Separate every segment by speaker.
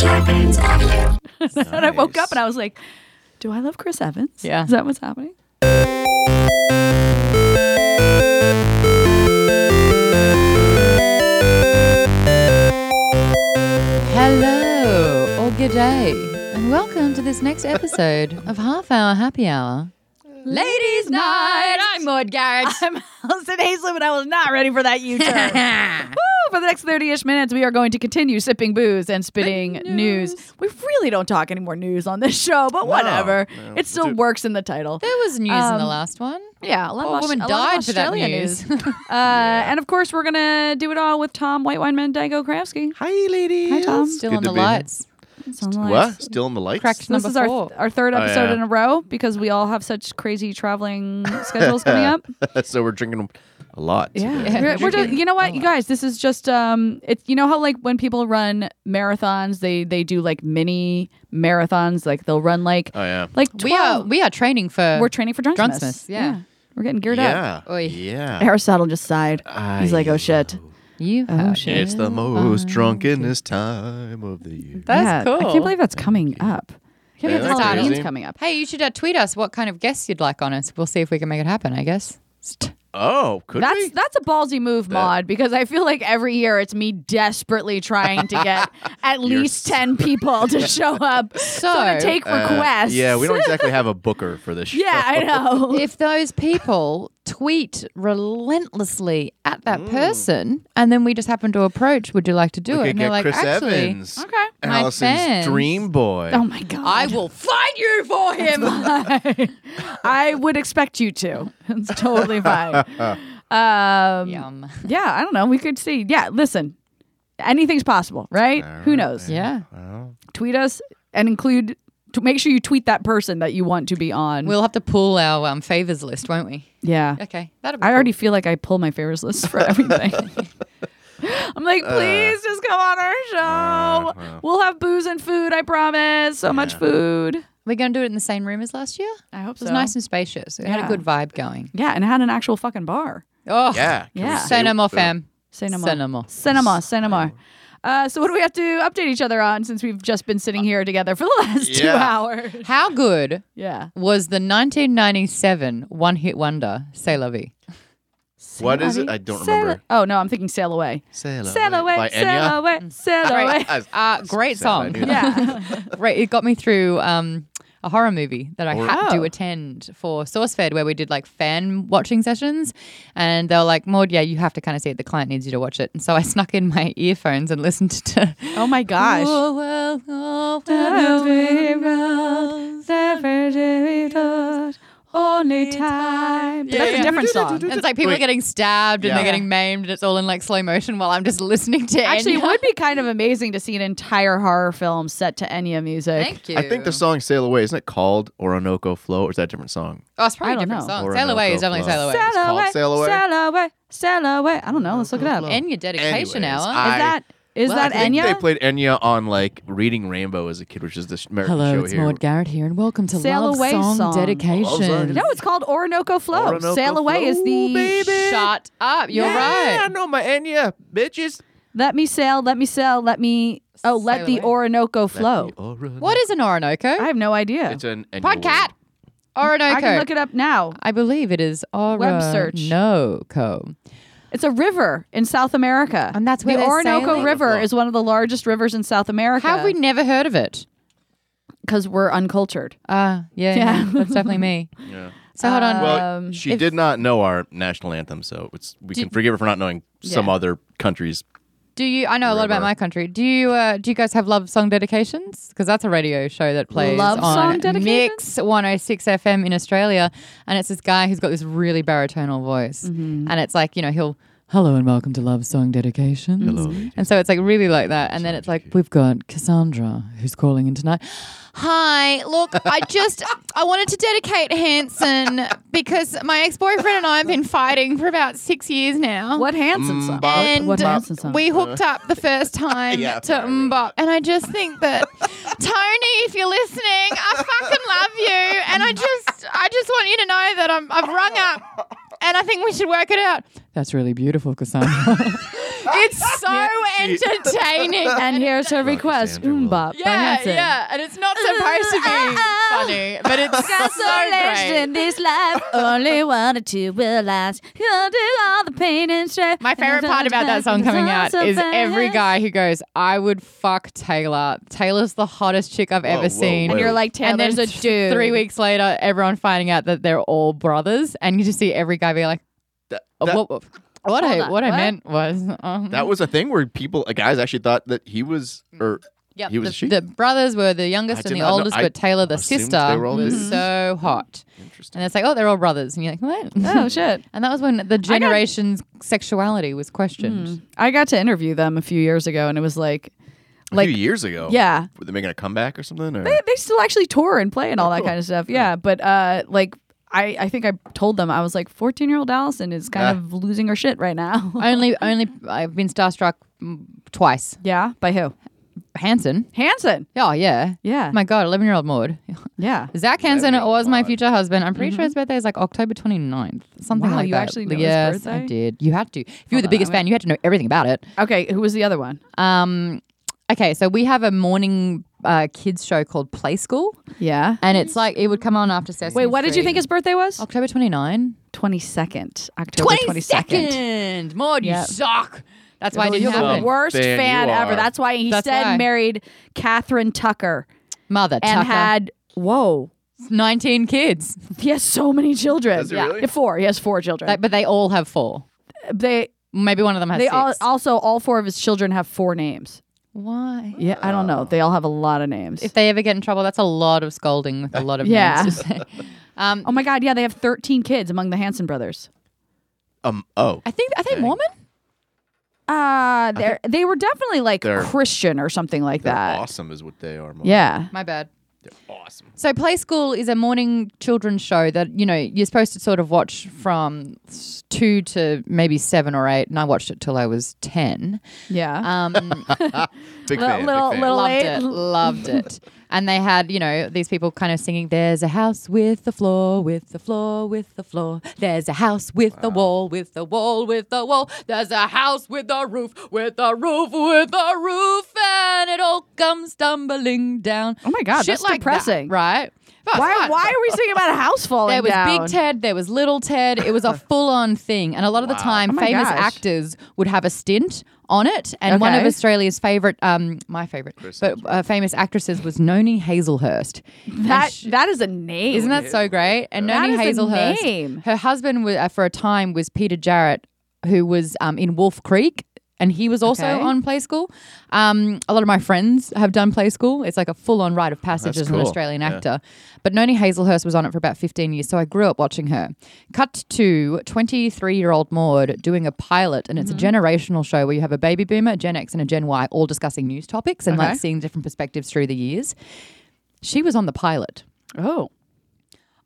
Speaker 1: Scorpions Avenue.
Speaker 2: and I woke
Speaker 3: Nice.
Speaker 2: up and I was like, do I love Chris Evans?
Speaker 4: Yeah.
Speaker 2: Is that what's happening?
Speaker 4: Hello or good day, and welcome to this next episode of Half Hour Happy Hour. Ladies' Night! I'm Maud Garrett.
Speaker 2: I'm Alison Hazel, but I was not ready for that U turn. Woo! For the next 30 ish minutes, we are going to continue sipping booze and spitting news. We really don't talk any more news on this show, but whatever.
Speaker 3: no,
Speaker 2: it still
Speaker 3: do-
Speaker 2: works in the title.
Speaker 4: there was news in the
Speaker 2: Um,
Speaker 4: last one.
Speaker 2: Yeah, a lot
Speaker 4: Oh,
Speaker 2: of
Speaker 4: a
Speaker 2: Aus-
Speaker 4: woman
Speaker 2: lot of
Speaker 4: died for that
Speaker 2: Australia
Speaker 4: news.
Speaker 2: uh, And of course, we're going to do it all with Tom White Wine Mandango Kravsky.
Speaker 3: Hi, ladies.
Speaker 2: Hi, Tom.
Speaker 4: Still
Speaker 3: Good
Speaker 4: on
Speaker 3: to
Speaker 4: the
Speaker 3: be here.
Speaker 4: lights.
Speaker 2: It's on the
Speaker 3: What?
Speaker 2: lights.
Speaker 3: Still on the lights?
Speaker 4: Correct.
Speaker 2: This
Speaker 4: Number
Speaker 2: is our,
Speaker 4: four.
Speaker 2: our third
Speaker 3: Oh,
Speaker 2: episode
Speaker 3: yeah.
Speaker 2: in a row because we all have such crazy traveling schedules coming up.
Speaker 3: so we're drinking a lot.
Speaker 2: Yeah,
Speaker 3: today.
Speaker 2: We're, we're just,
Speaker 4: drinking
Speaker 2: you know what, you guys, this is just um, it's you know how like when people run marathons, they they do like mini marathons, like they'll run like
Speaker 3: Oh yeah.
Speaker 2: like
Speaker 4: We are
Speaker 2: 12.
Speaker 4: we are training for.
Speaker 2: we're training for drunksmith.
Speaker 4: Drunksmith, yeah.
Speaker 2: we're getting geared up.
Speaker 3: Yeah.
Speaker 4: Oi.
Speaker 3: Yeah.
Speaker 2: Aristotle just sighed. He's like, oh shit,
Speaker 4: you
Speaker 2: oh
Speaker 4: had-
Speaker 2: shit,
Speaker 3: It's the most drunkenest time of the year.
Speaker 2: Yeah,
Speaker 4: That's cool.
Speaker 2: I can't believe that's coming up. I can't
Speaker 3: Yeah,
Speaker 2: believe
Speaker 3: that's
Speaker 2: Halloween's
Speaker 3: crazy.
Speaker 2: coming up.
Speaker 4: Hey, you should uh, tweet us what kind of guests you'd like on us. We'll see if we can make it happen. I guess. St-
Speaker 3: Oh, could
Speaker 2: That's
Speaker 3: we?
Speaker 2: that's a ballsy move, Maud, because I feel like every year it's me desperately trying to get at least ten people to show up so, to
Speaker 4: So,
Speaker 2: take
Speaker 3: Uh,
Speaker 2: requests.
Speaker 3: yeah, we don't exactly have a booker for this show.
Speaker 2: Yeah, I know.
Speaker 4: if those people tweet relentlessly at that person, and then we just happen to approach, would you like to do it?
Speaker 3: We could
Speaker 4: And
Speaker 3: get
Speaker 4: they're like,
Speaker 3: Chris
Speaker 4: actually,
Speaker 3: Evans.
Speaker 2: Okay.
Speaker 4: my
Speaker 3: Allison's
Speaker 4: fans-
Speaker 3: dream boy.
Speaker 2: oh my god,
Speaker 4: I will fight you for him.
Speaker 2: I would expect you to. It's totally fine. Um, yeah.
Speaker 4: Yum.
Speaker 2: I don't know. We could see. Yeah, listen, anything's possible, right? Who knows?
Speaker 4: Yeah.
Speaker 3: Well,
Speaker 2: Tweet us and include. To make sure you tweet that person that you want to be on.
Speaker 4: We'll have to pull our um, favors list, won't we?
Speaker 2: yeah.
Speaker 4: Okay. That'll be
Speaker 2: I
Speaker 4: cool.
Speaker 2: already feel like I pull my favors list for everything. I'm like, please just come on our show.
Speaker 3: Uh, well.
Speaker 2: We'll have booze and food, I promise. So much food.
Speaker 4: We're going to do it in the same room as last year.
Speaker 2: I hope
Speaker 4: It was nice and spacious. It had
Speaker 2: Yeah.
Speaker 4: a good vibe going.
Speaker 2: Yeah, and it had an actual fucking bar.
Speaker 4: Oh,
Speaker 3: yeah. can we uh,
Speaker 2: Yeah.
Speaker 4: Say no more, fam.
Speaker 2: Say no more.
Speaker 4: Say no more.
Speaker 2: Say no more. Say no more.
Speaker 3: oh.
Speaker 2: Uh, so what do we have to update each other on since we've just been sitting here together for the last two
Speaker 3: Uh, Yeah.
Speaker 2: hours?
Speaker 4: How good
Speaker 2: Yeah.
Speaker 4: was the 1997 one hit wonder, Say La Vie?
Speaker 3: What is it?
Speaker 2: Honey,
Speaker 3: I don't
Speaker 2: sail-
Speaker 3: remember.
Speaker 2: Oh no, I'm thinking sail away.
Speaker 3: Sail
Speaker 2: Sail away.
Speaker 3: By
Speaker 2: sail
Speaker 3: Enya.
Speaker 2: away. Sail away.
Speaker 3: I-
Speaker 4: Uh, great
Speaker 3: Sail Away,
Speaker 4: song.
Speaker 3: dude.
Speaker 2: Yeah.
Speaker 4: Right, it got me through um, a horror movie that I
Speaker 3: Horror.
Speaker 4: had
Speaker 2: Oh.
Speaker 4: to attend for SourceFed, where we did like fan watching sessions, and they were like, "Maud, yeah, you have to kind of see it. The client needs you to watch it." And so I snuck in my earphones and listened to.
Speaker 2: oh my gosh.
Speaker 4: Oh, well, oh, well,
Speaker 2: Only time. But that's
Speaker 4: Yeah.
Speaker 2: a different song.
Speaker 4: And it's like people are
Speaker 3: Wait.
Speaker 4: getting stabbed and
Speaker 3: Yeah.
Speaker 4: they're getting maimed, and it's all in like slow motion while I'm just listening to.
Speaker 2: Actually, it
Speaker 4: Enya.
Speaker 2: would be kind of amazing to see an entire horror film set to Enya music.
Speaker 4: Thank you.
Speaker 3: I think the song Sail Away, isn't it called Orinoco Flow or is that a different song?
Speaker 4: Oh, it's probably
Speaker 2: I
Speaker 4: a
Speaker 2: don't
Speaker 4: different
Speaker 2: know.
Speaker 4: song.
Speaker 3: Orinoco
Speaker 4: Sail away is definitely
Speaker 3: Flow.
Speaker 4: sail away.
Speaker 3: Sail- It's called Sail Away?
Speaker 2: sail away, sail away. I don't know. Let's look it up. Is
Speaker 4: Enya dedication
Speaker 3: Anyways,
Speaker 4: hour.
Speaker 3: I-
Speaker 2: that is
Speaker 4: Well,
Speaker 2: that
Speaker 3: I think
Speaker 2: Enya?
Speaker 3: They played Enya on like Reading Rainbow as a kid, which is this American
Speaker 4: Hello,
Speaker 3: show
Speaker 4: it's
Speaker 3: here.
Speaker 4: Maud Garrett here, and welcome to
Speaker 2: Sail
Speaker 4: Love
Speaker 2: Away
Speaker 4: Song,
Speaker 2: song.
Speaker 3: Love Song.
Speaker 4: Dedication.
Speaker 2: no, it's called Orinoco Flow.
Speaker 3: Orinoco
Speaker 2: sail away is
Speaker 3: Flow,
Speaker 2: the
Speaker 3: baby.
Speaker 4: Shut up. You're
Speaker 3: Yeah, I
Speaker 4: right.
Speaker 3: know my Enya, bitches.
Speaker 2: let me sail, let me sail, let me oh let
Speaker 4: Sail
Speaker 2: the
Speaker 4: away.
Speaker 2: Orinoco flow.
Speaker 4: What is an Orinoco?
Speaker 2: I have no idea.
Speaker 3: It's an Enya
Speaker 4: Podcat.
Speaker 3: word.
Speaker 4: Orinoco.
Speaker 2: I can look it up now.
Speaker 4: I believe it is Orinoco.
Speaker 2: search. It's a river in South America,
Speaker 4: And that's where
Speaker 2: the
Speaker 4: they're
Speaker 2: Orinoco
Speaker 4: sailing?
Speaker 2: River is one of the largest rivers in South America.
Speaker 4: How have we never heard of it?
Speaker 2: Because we're uncultured.
Speaker 4: Ah, yeah,
Speaker 2: Yeah.
Speaker 4: yeah. That's definitely me.
Speaker 3: Yeah.
Speaker 4: So hold on.
Speaker 3: Well,
Speaker 2: Um,
Speaker 3: she
Speaker 4: if-
Speaker 3: did not know our national anthem, so it's we can forgive her for not knowing some
Speaker 2: Yeah.
Speaker 3: other countries.
Speaker 4: do you? I know a lot about
Speaker 3: river.
Speaker 4: my country. Do you? Uh, do you guys have love song dedications? Because that's a radio show that plays
Speaker 2: Love song
Speaker 4: on
Speaker 2: dedications?
Speaker 4: Mix 106 FM in Australia, and it's this guy who's got this really baritonal voice,
Speaker 2: Mm-hmm.
Speaker 4: and it's like you know he'll hello and welcome to love song dedications.
Speaker 3: Hello, ladies.
Speaker 4: And so it's like really like that. And then it's like, we've got Cassandra who's calling in tonight. Hi, look, I just, I wanted to dedicate Hanson because my ex boyfriend and I have been fighting for about six years now.
Speaker 2: Oh. What Hanson song? What-
Speaker 4: And
Speaker 2: what Hanson song?
Speaker 4: we hooked up the first time
Speaker 3: Yeah,
Speaker 4: to
Speaker 3: apparently.
Speaker 4: Mbop. And I just think that, Tony, if you're listening, I fucking love you. And I just, I just want you to know that I'm, I've rung up and I think we should work it out. That's really beautiful, Cassandra. it's so entertaining.
Speaker 2: And here's her request.
Speaker 3: Cassandra will-
Speaker 2: Mbop by
Speaker 4: Yeah,
Speaker 2: Hanson.
Speaker 4: yeah, and it's not supposed to be
Speaker 2: Uh-oh.
Speaker 4: funny, but it's so
Speaker 2: Consolation
Speaker 4: great.
Speaker 2: in this life. Only one or two will last. You'll do all the pain and strife.
Speaker 4: My favorite part about that song coming out is every guy who goes, "I would fuck Taylor. Taylor's the hottest chick I've ever
Speaker 3: whoa,
Speaker 4: seen."
Speaker 3: whoa.
Speaker 2: You're like Taylor's
Speaker 4: and there's a
Speaker 2: a
Speaker 4: dude.
Speaker 2: dude.
Speaker 4: Three weeks later, everyone finding out that they're all brothers, and you just see every guy be like,
Speaker 3: That,
Speaker 4: "Oh,
Speaker 3: that-
Speaker 4: "What? What, what I
Speaker 2: on,
Speaker 4: what, I
Speaker 2: what?"
Speaker 4: meant was um,
Speaker 3: that was a thing where people, uh, guys, actually thought that he was, or
Speaker 4: Yep,
Speaker 3: He was
Speaker 4: the,
Speaker 3: a she?
Speaker 4: the brothers were the
Speaker 3: I
Speaker 4: youngest
Speaker 3: did
Speaker 4: and the
Speaker 3: not know-
Speaker 4: oldest,
Speaker 3: I
Speaker 4: but Taylor, the
Speaker 3: assumed
Speaker 4: sister,
Speaker 3: they were all
Speaker 4: was
Speaker 3: dudes.
Speaker 4: so hot.
Speaker 3: interesting.
Speaker 4: And it's like, oh, they're all brothers, and you're like, what?
Speaker 2: Oh shit.
Speaker 4: And that was when the generation's sexuality was questioned.
Speaker 2: Mm. I got to interview them a few years ago, and it was like,
Speaker 3: a few years ago,
Speaker 2: yeah,
Speaker 3: were they making a comeback or something? Or
Speaker 2: they still actually tour and play and all that
Speaker 3: cool.
Speaker 2: kind of stuff. Oh, Yeah, but uh, like. I, I think I told them I was like 14 year old Allison is kind
Speaker 3: Ah.
Speaker 2: of losing her shit right now.
Speaker 4: only, only I've been starstruck mm, twice.
Speaker 2: yeah, by who?
Speaker 4: Hanson.
Speaker 2: Hanson.
Speaker 4: Oh yeah.
Speaker 2: Yeah,
Speaker 4: Oh my God, eleven-year-old Maud.
Speaker 2: yeah.
Speaker 4: Zach Hanson
Speaker 3: Eleven-year-old
Speaker 4: was my
Speaker 3: Maud.
Speaker 4: future husband. I'm pretty sure his birthday is like October 29th, something
Speaker 2: Mm-hmm. Wow,
Speaker 4: like
Speaker 2: you
Speaker 4: that.
Speaker 2: actually know his
Speaker 4: yes, I
Speaker 2: birthday?
Speaker 4: did. You had to. If you were the
Speaker 2: on,
Speaker 4: biggest
Speaker 2: I'm gonna-
Speaker 4: fan, you had to know everything about it.
Speaker 2: Okay, who was the other one?
Speaker 4: Um, okay, so we have a morning uh, kids show called Play School,
Speaker 2: Yeah.
Speaker 4: and it's like it would come on after Sesame.
Speaker 2: Wait, what did you think his birthday was?
Speaker 4: October 29.
Speaker 2: 22nd, October 22nd.
Speaker 4: Maud, you
Speaker 2: Yeah.
Speaker 4: suck. That's why it
Speaker 2: You're
Speaker 4: didn't
Speaker 2: the
Speaker 4: happen.
Speaker 2: worst
Speaker 3: Then
Speaker 2: fan
Speaker 3: you
Speaker 2: ever.
Speaker 3: are.
Speaker 2: That's why he
Speaker 4: That's
Speaker 2: said
Speaker 4: why.
Speaker 2: married Catherine Tucker
Speaker 4: Mother
Speaker 2: and
Speaker 4: Tucker.
Speaker 2: had whoa,
Speaker 4: 19 kids,
Speaker 2: he has so many children.
Speaker 3: Does he Yeah. really?
Speaker 2: Yeah, four. He has four children.
Speaker 4: Like, but they all have four.
Speaker 2: they
Speaker 4: Maybe one of them has
Speaker 2: they
Speaker 4: six.
Speaker 2: all, also all four of his children have four names.
Speaker 4: Why?
Speaker 2: Yeah, I don't know. They all have a lot of names.
Speaker 4: If they ever get in trouble, that's a lot of scolding with a lot of
Speaker 2: Yeah.
Speaker 4: names to say. Um,
Speaker 2: oh my god, yeah, they have 13 kids among the Hanson brothers.
Speaker 3: um, oh,
Speaker 4: I think are they Mormon?
Speaker 2: Uh, they they were definitely like
Speaker 3: They're-
Speaker 2: Christian or something like
Speaker 3: they're
Speaker 2: that.
Speaker 3: awesome is what they are. Mom.
Speaker 2: Yeah.
Speaker 4: My bad.
Speaker 3: they're awesome.
Speaker 4: So Play School is a morning children's show that you know you're supposed to sort of watch from s- two to maybe seven or eight, and I watched it till I was ten.
Speaker 2: Yeah.
Speaker 4: Um,
Speaker 3: Big
Speaker 2: Little-
Speaker 3: fan, big
Speaker 2: little-
Speaker 3: fan.
Speaker 2: little-
Speaker 4: loved
Speaker 2: Late.
Speaker 4: it, loved it. And they had you know these people kind of singing. There's a house with the floor, with the floor, with the floor. There's a house with the wall, with the wall, with the wall. There's a house with the roof, with the roof, with the roof, and it all comes tumbling down.
Speaker 2: Oh my God,
Speaker 4: Shit
Speaker 2: that's
Speaker 4: like that,
Speaker 2: depressing.
Speaker 4: right? But
Speaker 2: why
Speaker 4: fine.
Speaker 2: why are we singing about a house falling
Speaker 4: There was
Speaker 2: down?
Speaker 4: Big Ted, there was Little Ted. It was a full on thing. And a lot of the time,
Speaker 2: Oh my
Speaker 4: famous
Speaker 2: gosh.
Speaker 4: actors would have a stint on it. And one of
Speaker 2: Okay.
Speaker 4: Australia's favorite, um, my favorite, but uh, famous actresses was Noni Hazelhurst. And
Speaker 2: That
Speaker 4: she-
Speaker 2: that is a name.
Speaker 4: isn't that so great? And
Speaker 2: That
Speaker 4: Noni
Speaker 2: is a
Speaker 4: Hazelhurst,
Speaker 2: name.
Speaker 4: her husband was, uh, for a time was Peter Jarrett, who was um, in Wolf Creek, and he was also
Speaker 2: Okay.
Speaker 4: on Play School. Um, a lot of my friends have done Play School. It's like a full-on rite of passage
Speaker 3: That's
Speaker 4: as an
Speaker 3: cool.
Speaker 4: Australian
Speaker 3: Yeah.
Speaker 4: actor. But Noni Hazelhurst was on it for about 15 years, so I grew up watching her. Cut to 23-year-old Maud doing a pilot, and it's
Speaker 2: Mm-hmm.
Speaker 4: a generational show where you have a baby boomer, a Gen X, and a Gen Y all discussing news topics and like
Speaker 2: Okay.
Speaker 4: seeing different perspectives through the years. She was on the pilot.
Speaker 2: Oh.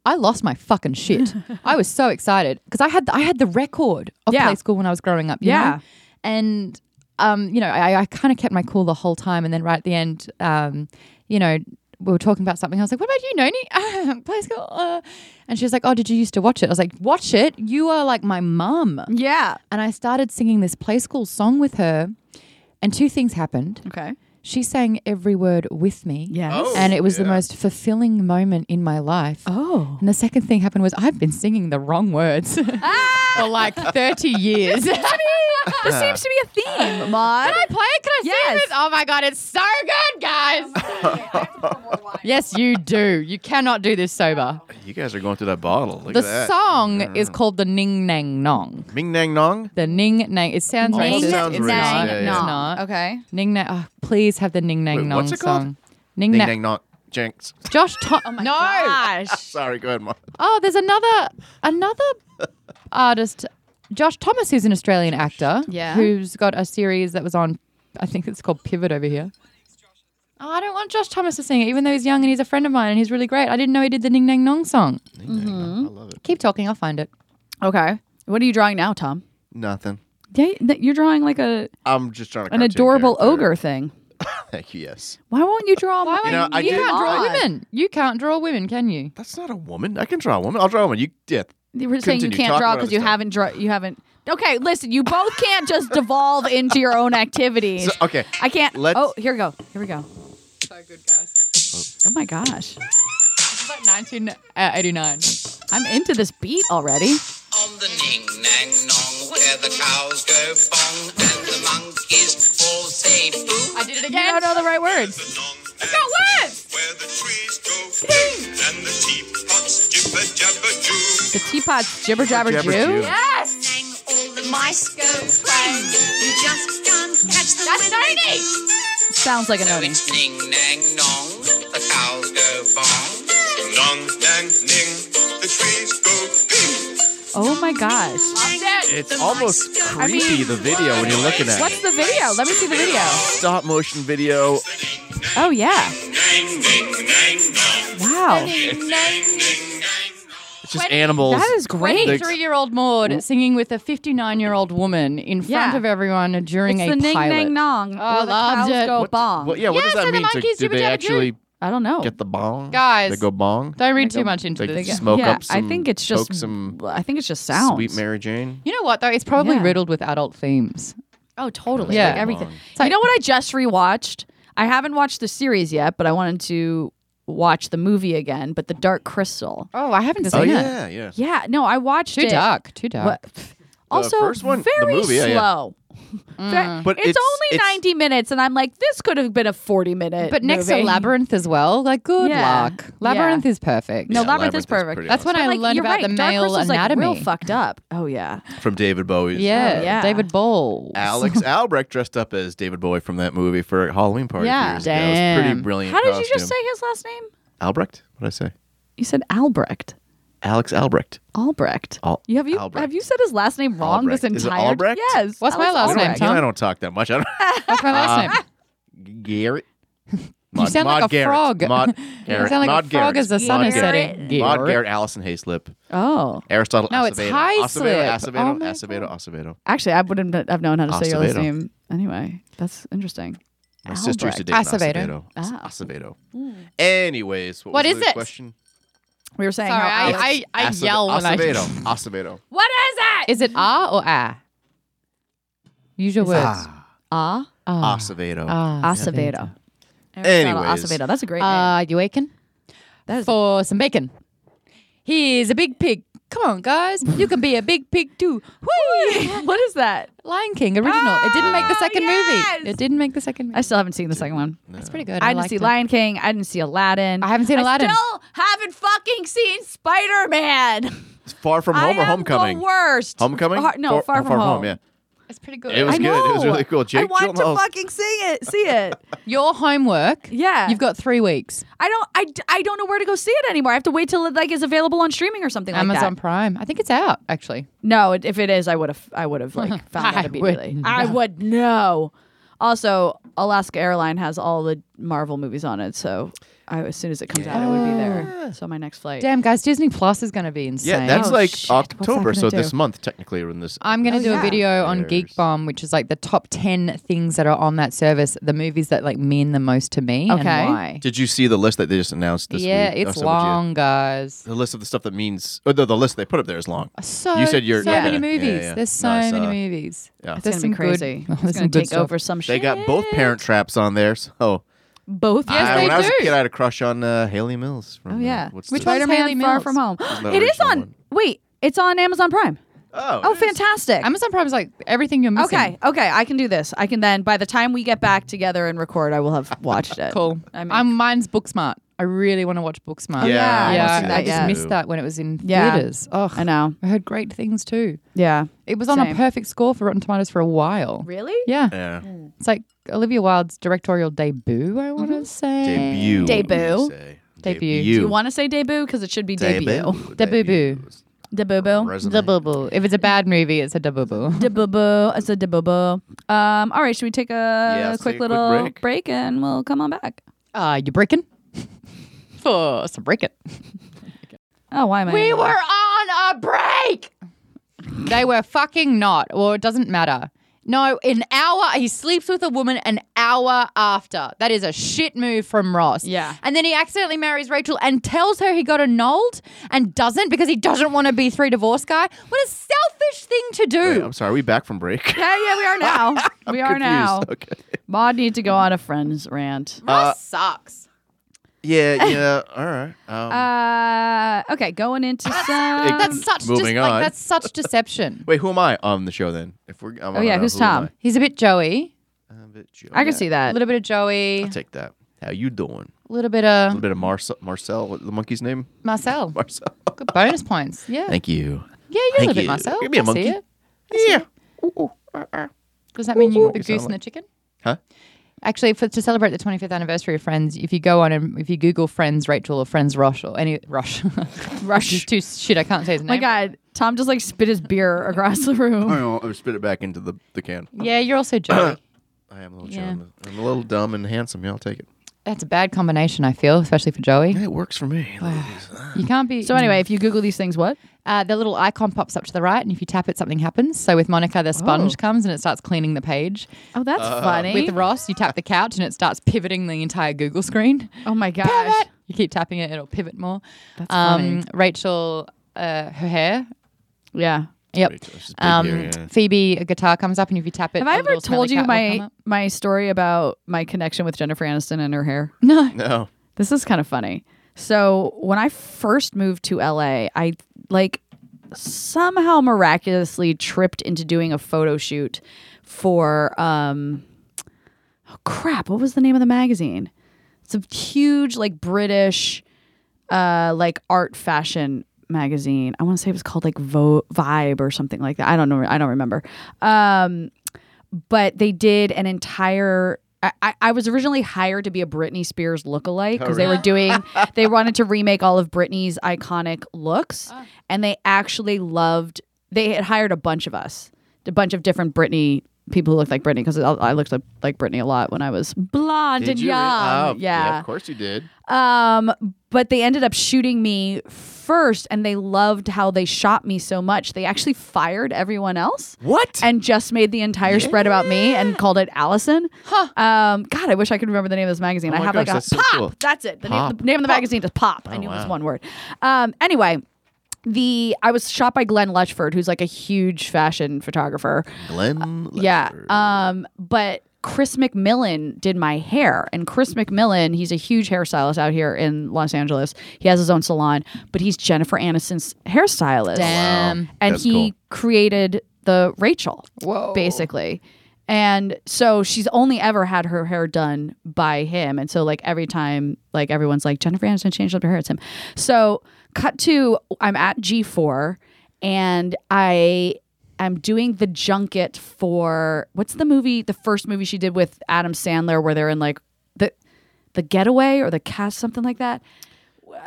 Speaker 4: I lost my fucking shit. I was so excited because I had the, I had the record of
Speaker 2: Yeah.
Speaker 4: play school when I was growing up. you
Speaker 2: Yeah.
Speaker 4: know? and um, you know, I, I kind of kept my cool the whole time, and then right at the end, um, you know, we were talking about something. I was like, "What about you, Noni? play school?" Uh, and she was like, "Oh, did you used to watch it?" I was like, "Watch it? You are like my mum."
Speaker 2: Yeah.
Speaker 4: And I started singing this play school song with her, and two things happened.
Speaker 2: Okay.
Speaker 4: She sang every word with me.
Speaker 2: Yes.
Speaker 3: Oh.
Speaker 4: And it was the
Speaker 3: yeah.
Speaker 4: most fulfilling moment in my life.
Speaker 2: Oh.
Speaker 4: And the second thing happened was I've been singing the wrong words
Speaker 3: Ah!
Speaker 4: for like 30 years. Can
Speaker 2: This seems to be a theme, Maud.
Speaker 4: I play it? Can I sing
Speaker 2: Yes.
Speaker 4: this? Oh my God, it's so good,
Speaker 3: Oh
Speaker 4: guys. yes, you do. You cannot do this sober.
Speaker 3: You guys are going through that bottle. Look
Speaker 4: The
Speaker 3: at that. Mm.
Speaker 4: song is called The Ning Nang Nong.
Speaker 3: Ming Nang Nong.
Speaker 4: The Ning Nang. It sounds
Speaker 3: Ning
Speaker 4: racist.
Speaker 3: Oh, Sounds
Speaker 4: it's
Speaker 3: racist,
Speaker 4: not.
Speaker 3: yeah,
Speaker 4: It's
Speaker 3: yeah.
Speaker 4: not.
Speaker 2: Okay.
Speaker 4: Ning Nang. Oh, please have the Ning Nang
Speaker 3: Wait,
Speaker 4: Nong
Speaker 3: what's it called?
Speaker 4: song. Ning
Speaker 3: Ming
Speaker 4: Nang.
Speaker 3: Nang Nong. Jenks.
Speaker 4: Josh Tom. Oh my no.
Speaker 2: Gosh.
Speaker 3: Sorry, go ahead, Mom.
Speaker 4: Oh, there's another another artist, Josh Thomas, who's an Australian actor.
Speaker 2: Yeah.
Speaker 4: Who's got a series that was on, I think it's called Pivot over here. Oh, I don't want Josh Thomas to sing it, even though he's young and he's a friend of mine and he's really great. I didn't know he did the Ning Nang Nong song.
Speaker 3: Ming Nang Nong. I love it.
Speaker 4: Keep talking, I'll find it.
Speaker 2: Okay. What are you drawing now, Tom?
Speaker 3: Nothing.
Speaker 2: Yeah, you're drawing like a
Speaker 3: I'm just drawing a
Speaker 2: an
Speaker 3: cartoon
Speaker 2: adorable
Speaker 3: character.
Speaker 2: ogre thing.
Speaker 3: Thank you. Yes.
Speaker 2: Why won't you draw?
Speaker 4: Why
Speaker 3: You know,
Speaker 4: won't
Speaker 3: I
Speaker 4: you
Speaker 3: did-
Speaker 4: can't draw
Speaker 2: I-
Speaker 4: women. You can't draw women, can you?
Speaker 3: That's not a woman. I can draw a woman. I'll draw a woman. You yeah.
Speaker 2: You were saying you
Speaker 3: Continue,
Speaker 2: can't
Speaker 3: talk
Speaker 2: draw
Speaker 3: about
Speaker 2: because
Speaker 3: other
Speaker 2: you
Speaker 3: stuff.
Speaker 2: haven't draw. You haven't. Okay, listen, you both can't just devolve into your own activities.
Speaker 3: So, okay.
Speaker 2: I can't.
Speaker 3: Let's-
Speaker 2: oh, here we go. Here we go.
Speaker 4: So good, guys.
Speaker 2: Oh my gosh.
Speaker 4: This is like
Speaker 2: uh,
Speaker 4: 1989.
Speaker 2: I'm into this beat already.
Speaker 1: On the ning nang nong, where the cows go bong, and the monkeys all say boo.
Speaker 4: I did it
Speaker 2: You
Speaker 4: again.
Speaker 2: don't know the right words.
Speaker 4: It's got words.
Speaker 5: Where the trees go and the teapots jibber jabber
Speaker 2: The
Speaker 5: joo.
Speaker 2: teapot's jibber jabber Jew.
Speaker 3: Jabber Jew.
Speaker 4: Yes.
Speaker 1: Sang all the mice go clang. You just can't catch them when
Speaker 4: That's Tony.
Speaker 1: they
Speaker 2: Sounds like a
Speaker 1: So
Speaker 2: noni.
Speaker 1: it's ning nang nong, the cows go bong.
Speaker 5: Nong nang ning, the trees go ping.
Speaker 2: Oh my gosh.
Speaker 3: It's almost creepy, the video, when you're looking at it.
Speaker 2: What's the video? Let me see the video.
Speaker 3: Stop motion video.
Speaker 2: Oh yeah. Wow.
Speaker 3: It's just animals.
Speaker 2: That is great.
Speaker 3: They-
Speaker 4: Three-year-old Maud singing with a 59-year-old woman in front
Speaker 2: Yeah.
Speaker 4: of everyone during
Speaker 2: It's
Speaker 4: a
Speaker 2: the ning
Speaker 4: pilot.
Speaker 2: nang nong.
Speaker 4: Oh,
Speaker 2: where the
Speaker 4: loved
Speaker 2: cows
Speaker 4: it.
Speaker 2: go
Speaker 3: what-
Speaker 2: bong.
Speaker 3: What, yeah, what
Speaker 4: Yes,
Speaker 3: does that
Speaker 4: and the
Speaker 3: mean? So
Speaker 4: monkeys
Speaker 3: do
Speaker 4: jibber
Speaker 3: they
Speaker 4: jabber
Speaker 3: actually
Speaker 2: I don't know.
Speaker 3: get the bong?
Speaker 4: Guys.
Speaker 3: They go bong?
Speaker 4: Don't read too much into
Speaker 3: They
Speaker 4: this.
Speaker 3: smoke
Speaker 2: yeah,
Speaker 3: up some.
Speaker 2: I think it's just
Speaker 3: coke, some
Speaker 2: I think it's just sounds.
Speaker 3: Sweet Mary Jane.
Speaker 4: You know what though? It's probably
Speaker 2: Yeah.
Speaker 4: riddled with adult themes.
Speaker 2: Oh, totally.
Speaker 4: Yeah.
Speaker 2: Like everything.
Speaker 3: Long.
Speaker 2: you know what I just rewatched? I haven't watched the series yet, but I wanted to watch the movie again, but The Dark Crystal.
Speaker 4: Oh, I haven't
Speaker 3: Oh,
Speaker 4: seen it.
Speaker 3: yeah, yeah.
Speaker 2: Yeah, no, I watched
Speaker 4: Too
Speaker 2: it.
Speaker 4: dark. Too dark.
Speaker 2: What- Also,
Speaker 3: first one, the
Speaker 2: very
Speaker 3: movie, yeah, yeah.
Speaker 2: slow.
Speaker 4: Mm.
Speaker 2: Ve-
Speaker 3: But
Speaker 2: it's,
Speaker 3: it's-
Speaker 2: only
Speaker 3: it's-
Speaker 2: 90 minutes, and I'm like, this could have been a 40 minute.
Speaker 4: But next to
Speaker 2: movie.
Speaker 4: Labyrinth as well. Like, good
Speaker 2: Yeah.
Speaker 4: luck. Labyrinth is perfect.
Speaker 2: No,
Speaker 3: Yeah,
Speaker 2: Labyrinth, is
Speaker 3: Labyrinth is
Speaker 2: perfect.
Speaker 3: pretty
Speaker 4: That's when
Speaker 2: But,
Speaker 4: I
Speaker 2: like,
Speaker 4: learned
Speaker 2: you're
Speaker 4: about
Speaker 2: right.
Speaker 4: the
Speaker 2: Dark
Speaker 4: male
Speaker 2: Crystal's,
Speaker 4: anatomy.
Speaker 2: Like, real fucked up. Oh yeah.
Speaker 3: From David Bowie's.
Speaker 4: yeah,
Speaker 2: Oh, yeah.
Speaker 4: David Ball.
Speaker 3: Alex Albrecht dressed up as David Bowie from that movie for a Halloween party.
Speaker 4: Yeah.
Speaker 3: years ago. It was
Speaker 4: Damn.
Speaker 3: pretty brilliant.
Speaker 2: How did you just
Speaker 3: costume.
Speaker 2: say his last name?
Speaker 3: Albrecht? What did I say?
Speaker 2: You said Albrecht.
Speaker 3: Alex Albrecht.
Speaker 2: Albrecht.
Speaker 3: Al-
Speaker 2: you have you
Speaker 3: Albrecht.
Speaker 2: have you said his last name wrong this
Speaker 3: Albrecht. Is it
Speaker 2: entire?
Speaker 3: Albrecht?
Speaker 2: Yes.
Speaker 4: What's my
Speaker 2: Alex
Speaker 4: last
Speaker 3: I don't-
Speaker 4: name,
Speaker 2: Albrecht.
Speaker 4: Tom?
Speaker 3: I don't talk that much. I don't.
Speaker 4: That's my
Speaker 3: Ah,
Speaker 4: last name.
Speaker 3: Garrett.
Speaker 4: You sound like a frog.
Speaker 3: Maud
Speaker 4: You
Speaker 3: Garrett.
Speaker 4: sound like
Speaker 3: Maud
Speaker 4: a frog
Speaker 3: Garrett.
Speaker 4: as the sun
Speaker 3: Maud
Speaker 4: is
Speaker 3: Garrett.
Speaker 4: setting.
Speaker 3: Maud
Speaker 4: Garrett.
Speaker 3: Garrett, Allison Hayslip,
Speaker 2: Oh,
Speaker 3: Aristotle
Speaker 4: No, it's
Speaker 3: Acevedo.
Speaker 4: Hayslip.
Speaker 3: Acevedo,
Speaker 4: Oh my
Speaker 3: Acevedo, Acevedo, Acevedo.
Speaker 2: actually, I wouldn't have known how to say your last
Speaker 3: Acevedo.
Speaker 2: name anyway. That's interesting.
Speaker 3: My sister used to date an
Speaker 4: Albrecht. Hmm.
Speaker 3: Acevedo.
Speaker 2: Ah.
Speaker 3: Acevedo. Anyways, what,
Speaker 4: What
Speaker 3: was
Speaker 4: is
Speaker 3: the
Speaker 4: it?
Speaker 3: question?
Speaker 2: We were saying.
Speaker 4: Sorry,
Speaker 2: how Alex-
Speaker 4: I, I, I
Speaker 3: Acevedo.
Speaker 4: yell when
Speaker 3: Acevedo.
Speaker 4: I.
Speaker 3: Acevedo.
Speaker 2: what is that?
Speaker 4: Is it ah or ah? Use your words.
Speaker 3: Ah,
Speaker 2: Ah,
Speaker 4: Ah.
Speaker 3: Acevedo.
Speaker 4: Ah.
Speaker 2: Acevedo.
Speaker 3: Aristotle Anyways.
Speaker 2: Acevedo. That's a great name.
Speaker 4: Are Ah, you aching?
Speaker 2: That is
Speaker 4: for some bacon. Here's a big pig. Come on, guys. You can be a big pig too. Whee!
Speaker 2: what is that?
Speaker 4: Lion King original. it didn't make the second
Speaker 2: Oh, yes!
Speaker 4: movie. It didn't make the second movie.
Speaker 2: I still haven't seen the second one.
Speaker 4: That's pretty good.
Speaker 2: I didn't
Speaker 4: liked
Speaker 2: see
Speaker 4: it.
Speaker 2: Lion King. I didn't see Aladdin.
Speaker 4: I haven't seen Aladdin.
Speaker 2: I still haven't fucking seen Spider Man.
Speaker 3: It's Far from
Speaker 2: I
Speaker 3: home or
Speaker 2: am
Speaker 3: homecoming?
Speaker 2: The worst.
Speaker 3: Homecoming?
Speaker 2: Far- no,
Speaker 3: Far-
Speaker 2: far, from, home.
Speaker 3: Yeah,
Speaker 4: It's pretty good.
Speaker 3: it was
Speaker 2: I
Speaker 3: good. It was
Speaker 2: know.
Speaker 3: really cool. Jake
Speaker 2: I want
Speaker 3: Gyllenhaal's-
Speaker 2: to fucking see it. See it.
Speaker 4: Your homework.
Speaker 2: Yeah.
Speaker 4: You've got three weeks.
Speaker 2: I don't. I, d- I don't know where to go see it anymore. I have to wait till it like is available on streaming or something like that.
Speaker 4: Amazon Prime. I think it's out actually.
Speaker 2: No, it- if it is, I would have. I would have like found out
Speaker 4: I would
Speaker 2: immediately.
Speaker 4: know.
Speaker 2: I would know. Also, Alaska Airline has all the Marvel movies on it, so I, as soon as it comes out, I would be there. So my next flight.
Speaker 4: Damn, guys, Disney Plus is going to be insane.
Speaker 3: Yeah, that's
Speaker 2: Oh,
Speaker 3: like
Speaker 2: shit. What's that
Speaker 3: October, so
Speaker 2: gonna
Speaker 3: this
Speaker 2: do?
Speaker 3: month technically when this.
Speaker 4: I'm going to
Speaker 2: Oh,
Speaker 4: do
Speaker 2: yeah.
Speaker 4: a video on
Speaker 3: There's-
Speaker 4: Geek Bomb, which is like the top 10 things that are on that service, the movies that like mean the most to me and
Speaker 2: Okay.
Speaker 4: why.
Speaker 3: Did you see the list that they just announced this
Speaker 4: yeah, it's
Speaker 3: week? Also, would you-
Speaker 4: long, guys.
Speaker 3: The list of the stuff that means, or the, the list they put up there is
Speaker 2: Oh,
Speaker 3: long.
Speaker 4: So
Speaker 3: You said you're-
Speaker 4: so
Speaker 3: yeah,
Speaker 4: many
Speaker 3: yeah,
Speaker 4: movies.
Speaker 3: yeah. uh,
Speaker 4: There's so
Speaker 3: No, I saw
Speaker 4: many
Speaker 3: it.
Speaker 4: movies.
Speaker 3: Yeah. It's
Speaker 2: It's gonna be crazy. it's gonna take over some shit.
Speaker 3: They got both Parent Traps on there. So
Speaker 2: both.
Speaker 4: Yes,
Speaker 3: I,
Speaker 4: they
Speaker 3: when I was a
Speaker 4: do.
Speaker 3: kid, I had a crush on uh, Haley Mills. From,
Speaker 2: Oh
Speaker 3: uh,
Speaker 2: yeah.
Speaker 3: what's
Speaker 4: Which
Speaker 3: the-
Speaker 4: one's
Speaker 2: Spider-Man
Speaker 4: Hayley
Speaker 2: Far
Speaker 4: Mills?
Speaker 2: From Home.
Speaker 3: Isn't that
Speaker 2: It is
Speaker 3: original
Speaker 2: on.
Speaker 3: one?
Speaker 2: Wait, it's on Amazon Prime.
Speaker 3: Oh,
Speaker 2: Oh,
Speaker 3: it is.
Speaker 2: fantastic.
Speaker 4: Amazon Prime is like everything you're missing.
Speaker 2: Okay, okay, I can do this. I can then by the time we get back together and record, I will have watched it.
Speaker 4: Cool.
Speaker 2: I mean-
Speaker 4: I'm, mine's Booksmart. I really want to watch Booksmart.
Speaker 3: Yeah,
Speaker 2: Yeah, I
Speaker 4: yeah.
Speaker 2: haven't
Speaker 4: I,
Speaker 2: seen that
Speaker 4: just
Speaker 2: yet.
Speaker 4: missed that when it was in
Speaker 2: Yeah.
Speaker 4: theaters. Oh,
Speaker 2: I know.
Speaker 4: I heard great things too.
Speaker 2: Yeah.
Speaker 4: It was on
Speaker 2: Same.
Speaker 4: a perfect score for Rotten Tomatoes for a while.
Speaker 2: Really?
Speaker 4: Yeah.
Speaker 3: Yeah.
Speaker 2: Mm.
Speaker 4: It's like Olivia Wilde's directorial debut, I want to
Speaker 2: Mm-hmm.
Speaker 4: say.
Speaker 3: Debut.
Speaker 2: Debut.
Speaker 3: you say.
Speaker 4: Debut. Do
Speaker 2: You want to say debut because it should be debut.
Speaker 3: Debut.
Speaker 4: Debut.
Speaker 2: Debut. Debut.
Speaker 3: Resume.
Speaker 4: Debut. If it's a bad movie, it's a debut.
Speaker 2: Debut. It's a debut. Um. All right. Should we take a
Speaker 3: let's
Speaker 2: quick
Speaker 3: take a quick
Speaker 2: little
Speaker 3: break.
Speaker 2: and we'll come on back.
Speaker 4: Uh, you breaking? For some break it.
Speaker 2: Oh, why am I?
Speaker 4: We were on a break. They were fucking not. Well, it doesn't matter. No, an hour. He sleeps with a woman an hour after. That is a shit move from Ross.
Speaker 2: Yeah.
Speaker 4: And then he accidentally marries Rachel and tells her he got annulled and doesn't because he doesn't want to be three divorce guy. What a selfish thing to do.
Speaker 3: Wait, I'm sorry. Are we back from break?
Speaker 2: Yeah, yeah, we are now. we are
Speaker 3: Confused.
Speaker 2: now.
Speaker 3: Okay.
Speaker 2: Maud needs to go on a friend's rant.
Speaker 3: Uh,
Speaker 4: Ross sucks.
Speaker 3: Yeah. Yeah. all right. Um,
Speaker 2: Uh, okay, going into some.
Speaker 4: That's such
Speaker 3: moving
Speaker 4: dis-
Speaker 3: on.
Speaker 4: like that's such deception.
Speaker 3: wait, who am I on the show then? If we're
Speaker 2: oh
Speaker 3: I'm on
Speaker 2: yeah,
Speaker 3: a
Speaker 2: who's
Speaker 3: who am
Speaker 2: Tom?
Speaker 4: He's a bit Joey.
Speaker 3: I? Uh, I'm a bit Joe.
Speaker 2: I can see
Speaker 4: A
Speaker 2: that.
Speaker 4: little bit of Joey.
Speaker 3: I'll take that. How you doing?
Speaker 4: A little bit
Speaker 3: A little
Speaker 4: of
Speaker 3: bit of Marcel. Marcel. What, the monkey's name?
Speaker 4: Marcel.
Speaker 3: Marcel.
Speaker 4: Good bonus points. Yeah.
Speaker 3: Thank you.
Speaker 4: yeah, you're a little
Speaker 3: Thank
Speaker 4: bit
Speaker 3: you.
Speaker 4: Marcel.
Speaker 3: You'd be a
Speaker 4: I see
Speaker 3: monkey.
Speaker 4: it.
Speaker 3: Yeah.
Speaker 4: Does that mean you
Speaker 3: Ooh.
Speaker 4: the
Speaker 3: You sound
Speaker 4: goose and the
Speaker 3: like-
Speaker 4: chicken?
Speaker 3: Huh?
Speaker 4: Actually, for, to celebrate the 25th anniversary of Friends, if you go on and if you Google Friends Rachel or Friends Rosh or any Rosh,
Speaker 2: Rush.
Speaker 4: too shit, I can't say his name.
Speaker 2: My God, Tom just like spit his beer across the room.
Speaker 3: I'll I'll spit it back into the, the can.
Speaker 4: Yeah, you're also Joey.
Speaker 3: I am a little
Speaker 4: Yeah.
Speaker 3: yeah. I'm a little dumb and handsome. Yeah, I'll take it.
Speaker 4: That's a bad combination, I feel, especially for Joey.
Speaker 3: Yeah, it works for me.
Speaker 4: You can't be. mm.
Speaker 2: So anyway, if you Google these things, what?
Speaker 4: uh, the little icon pops up to the right, and if you tap it, something happens. So with Monica, the sponge
Speaker 2: Oh.
Speaker 4: comes and it starts cleaning the page.
Speaker 2: Oh, that's funny.
Speaker 4: With Ross, you tap the couch and it starts pivoting the entire Google screen.
Speaker 2: oh my gosh.
Speaker 4: You keep tapping it, it'll pivot more. That's
Speaker 2: funny.
Speaker 4: Rachel, uh, her hair.
Speaker 2: Yeah.
Speaker 4: Yep.
Speaker 3: Rachel, she's big
Speaker 4: Um,
Speaker 3: here, yeah.
Speaker 4: Phoebe, a guitar comes up, and if you tap it,
Speaker 2: Have
Speaker 4: a
Speaker 2: I ever
Speaker 4: little
Speaker 2: told
Speaker 4: smelly
Speaker 2: you
Speaker 4: cat will come
Speaker 2: my
Speaker 4: up.
Speaker 2: my story about my connection with Jennifer Aniston and her hair?
Speaker 4: No.
Speaker 3: No.
Speaker 2: This is kind of funny. So when I first moved to LA, I like somehow miraculously tripped into doing a photo shoot for um oh crap, what was the name of the magazine? It's a huge like British uh like art fashion magazine. I want to say it was called like Vo- Vibe or something like that. I don't know I don't remember. Um but they did an entire I, I- I was originally hired to be a Britney Spears lookalike
Speaker 3: Oh,
Speaker 2: because they were doing they wanted to remake all of Britney's iconic looks and they actually loved they had hired a bunch of us a bunch of different Britney people who looked like Britney because I, I looked like, like Britney a lot when I was blonde and
Speaker 3: Did you re-
Speaker 2: young
Speaker 3: Oh,
Speaker 2: yeah
Speaker 3: Of course you did.
Speaker 2: um, but they ended up shooting me first, and they loved how they shot me so much. They actually fired everyone else.
Speaker 3: What?
Speaker 2: And just made the entire spread about me and called it Allison. Huh. Um, God, I wish I could remember the name of this magazine.
Speaker 3: Oh
Speaker 2: I
Speaker 3: my
Speaker 2: have like a
Speaker 3: gosh, that's so
Speaker 2: pop.
Speaker 3: cool.
Speaker 2: That's it. The, Name,
Speaker 3: Pop. Oh,
Speaker 2: the name of the magazine is pop. I knew it was
Speaker 3: wow.
Speaker 2: one word. Um, anyway. The I was shot by Glenn Letchford, who's like a huge fashion photographer.
Speaker 3: Glenn.
Speaker 2: Yeah.
Speaker 3: Lester.
Speaker 2: Um, but Chris McMillan did my hair. And Chris McMillan, he's a huge hairstylist out here in Los Angeles. He has his own salon, but he's Jennifer Aniston's hairstylist.
Speaker 4: Damn.
Speaker 2: And
Speaker 3: That's
Speaker 2: he
Speaker 3: cool.
Speaker 2: created the Rachel,
Speaker 4: Whoa.
Speaker 2: basically. And so she's only ever had her hair done by him. And so, like, every time, like, everyone's like, Jennifer Aniston changed up her hair. It's him. So, cut to, I'm at G4 and I am doing the junket for what's the movie, the first movie she did with Adam Sandler where they're in like the, the getaway or the cast, something like that.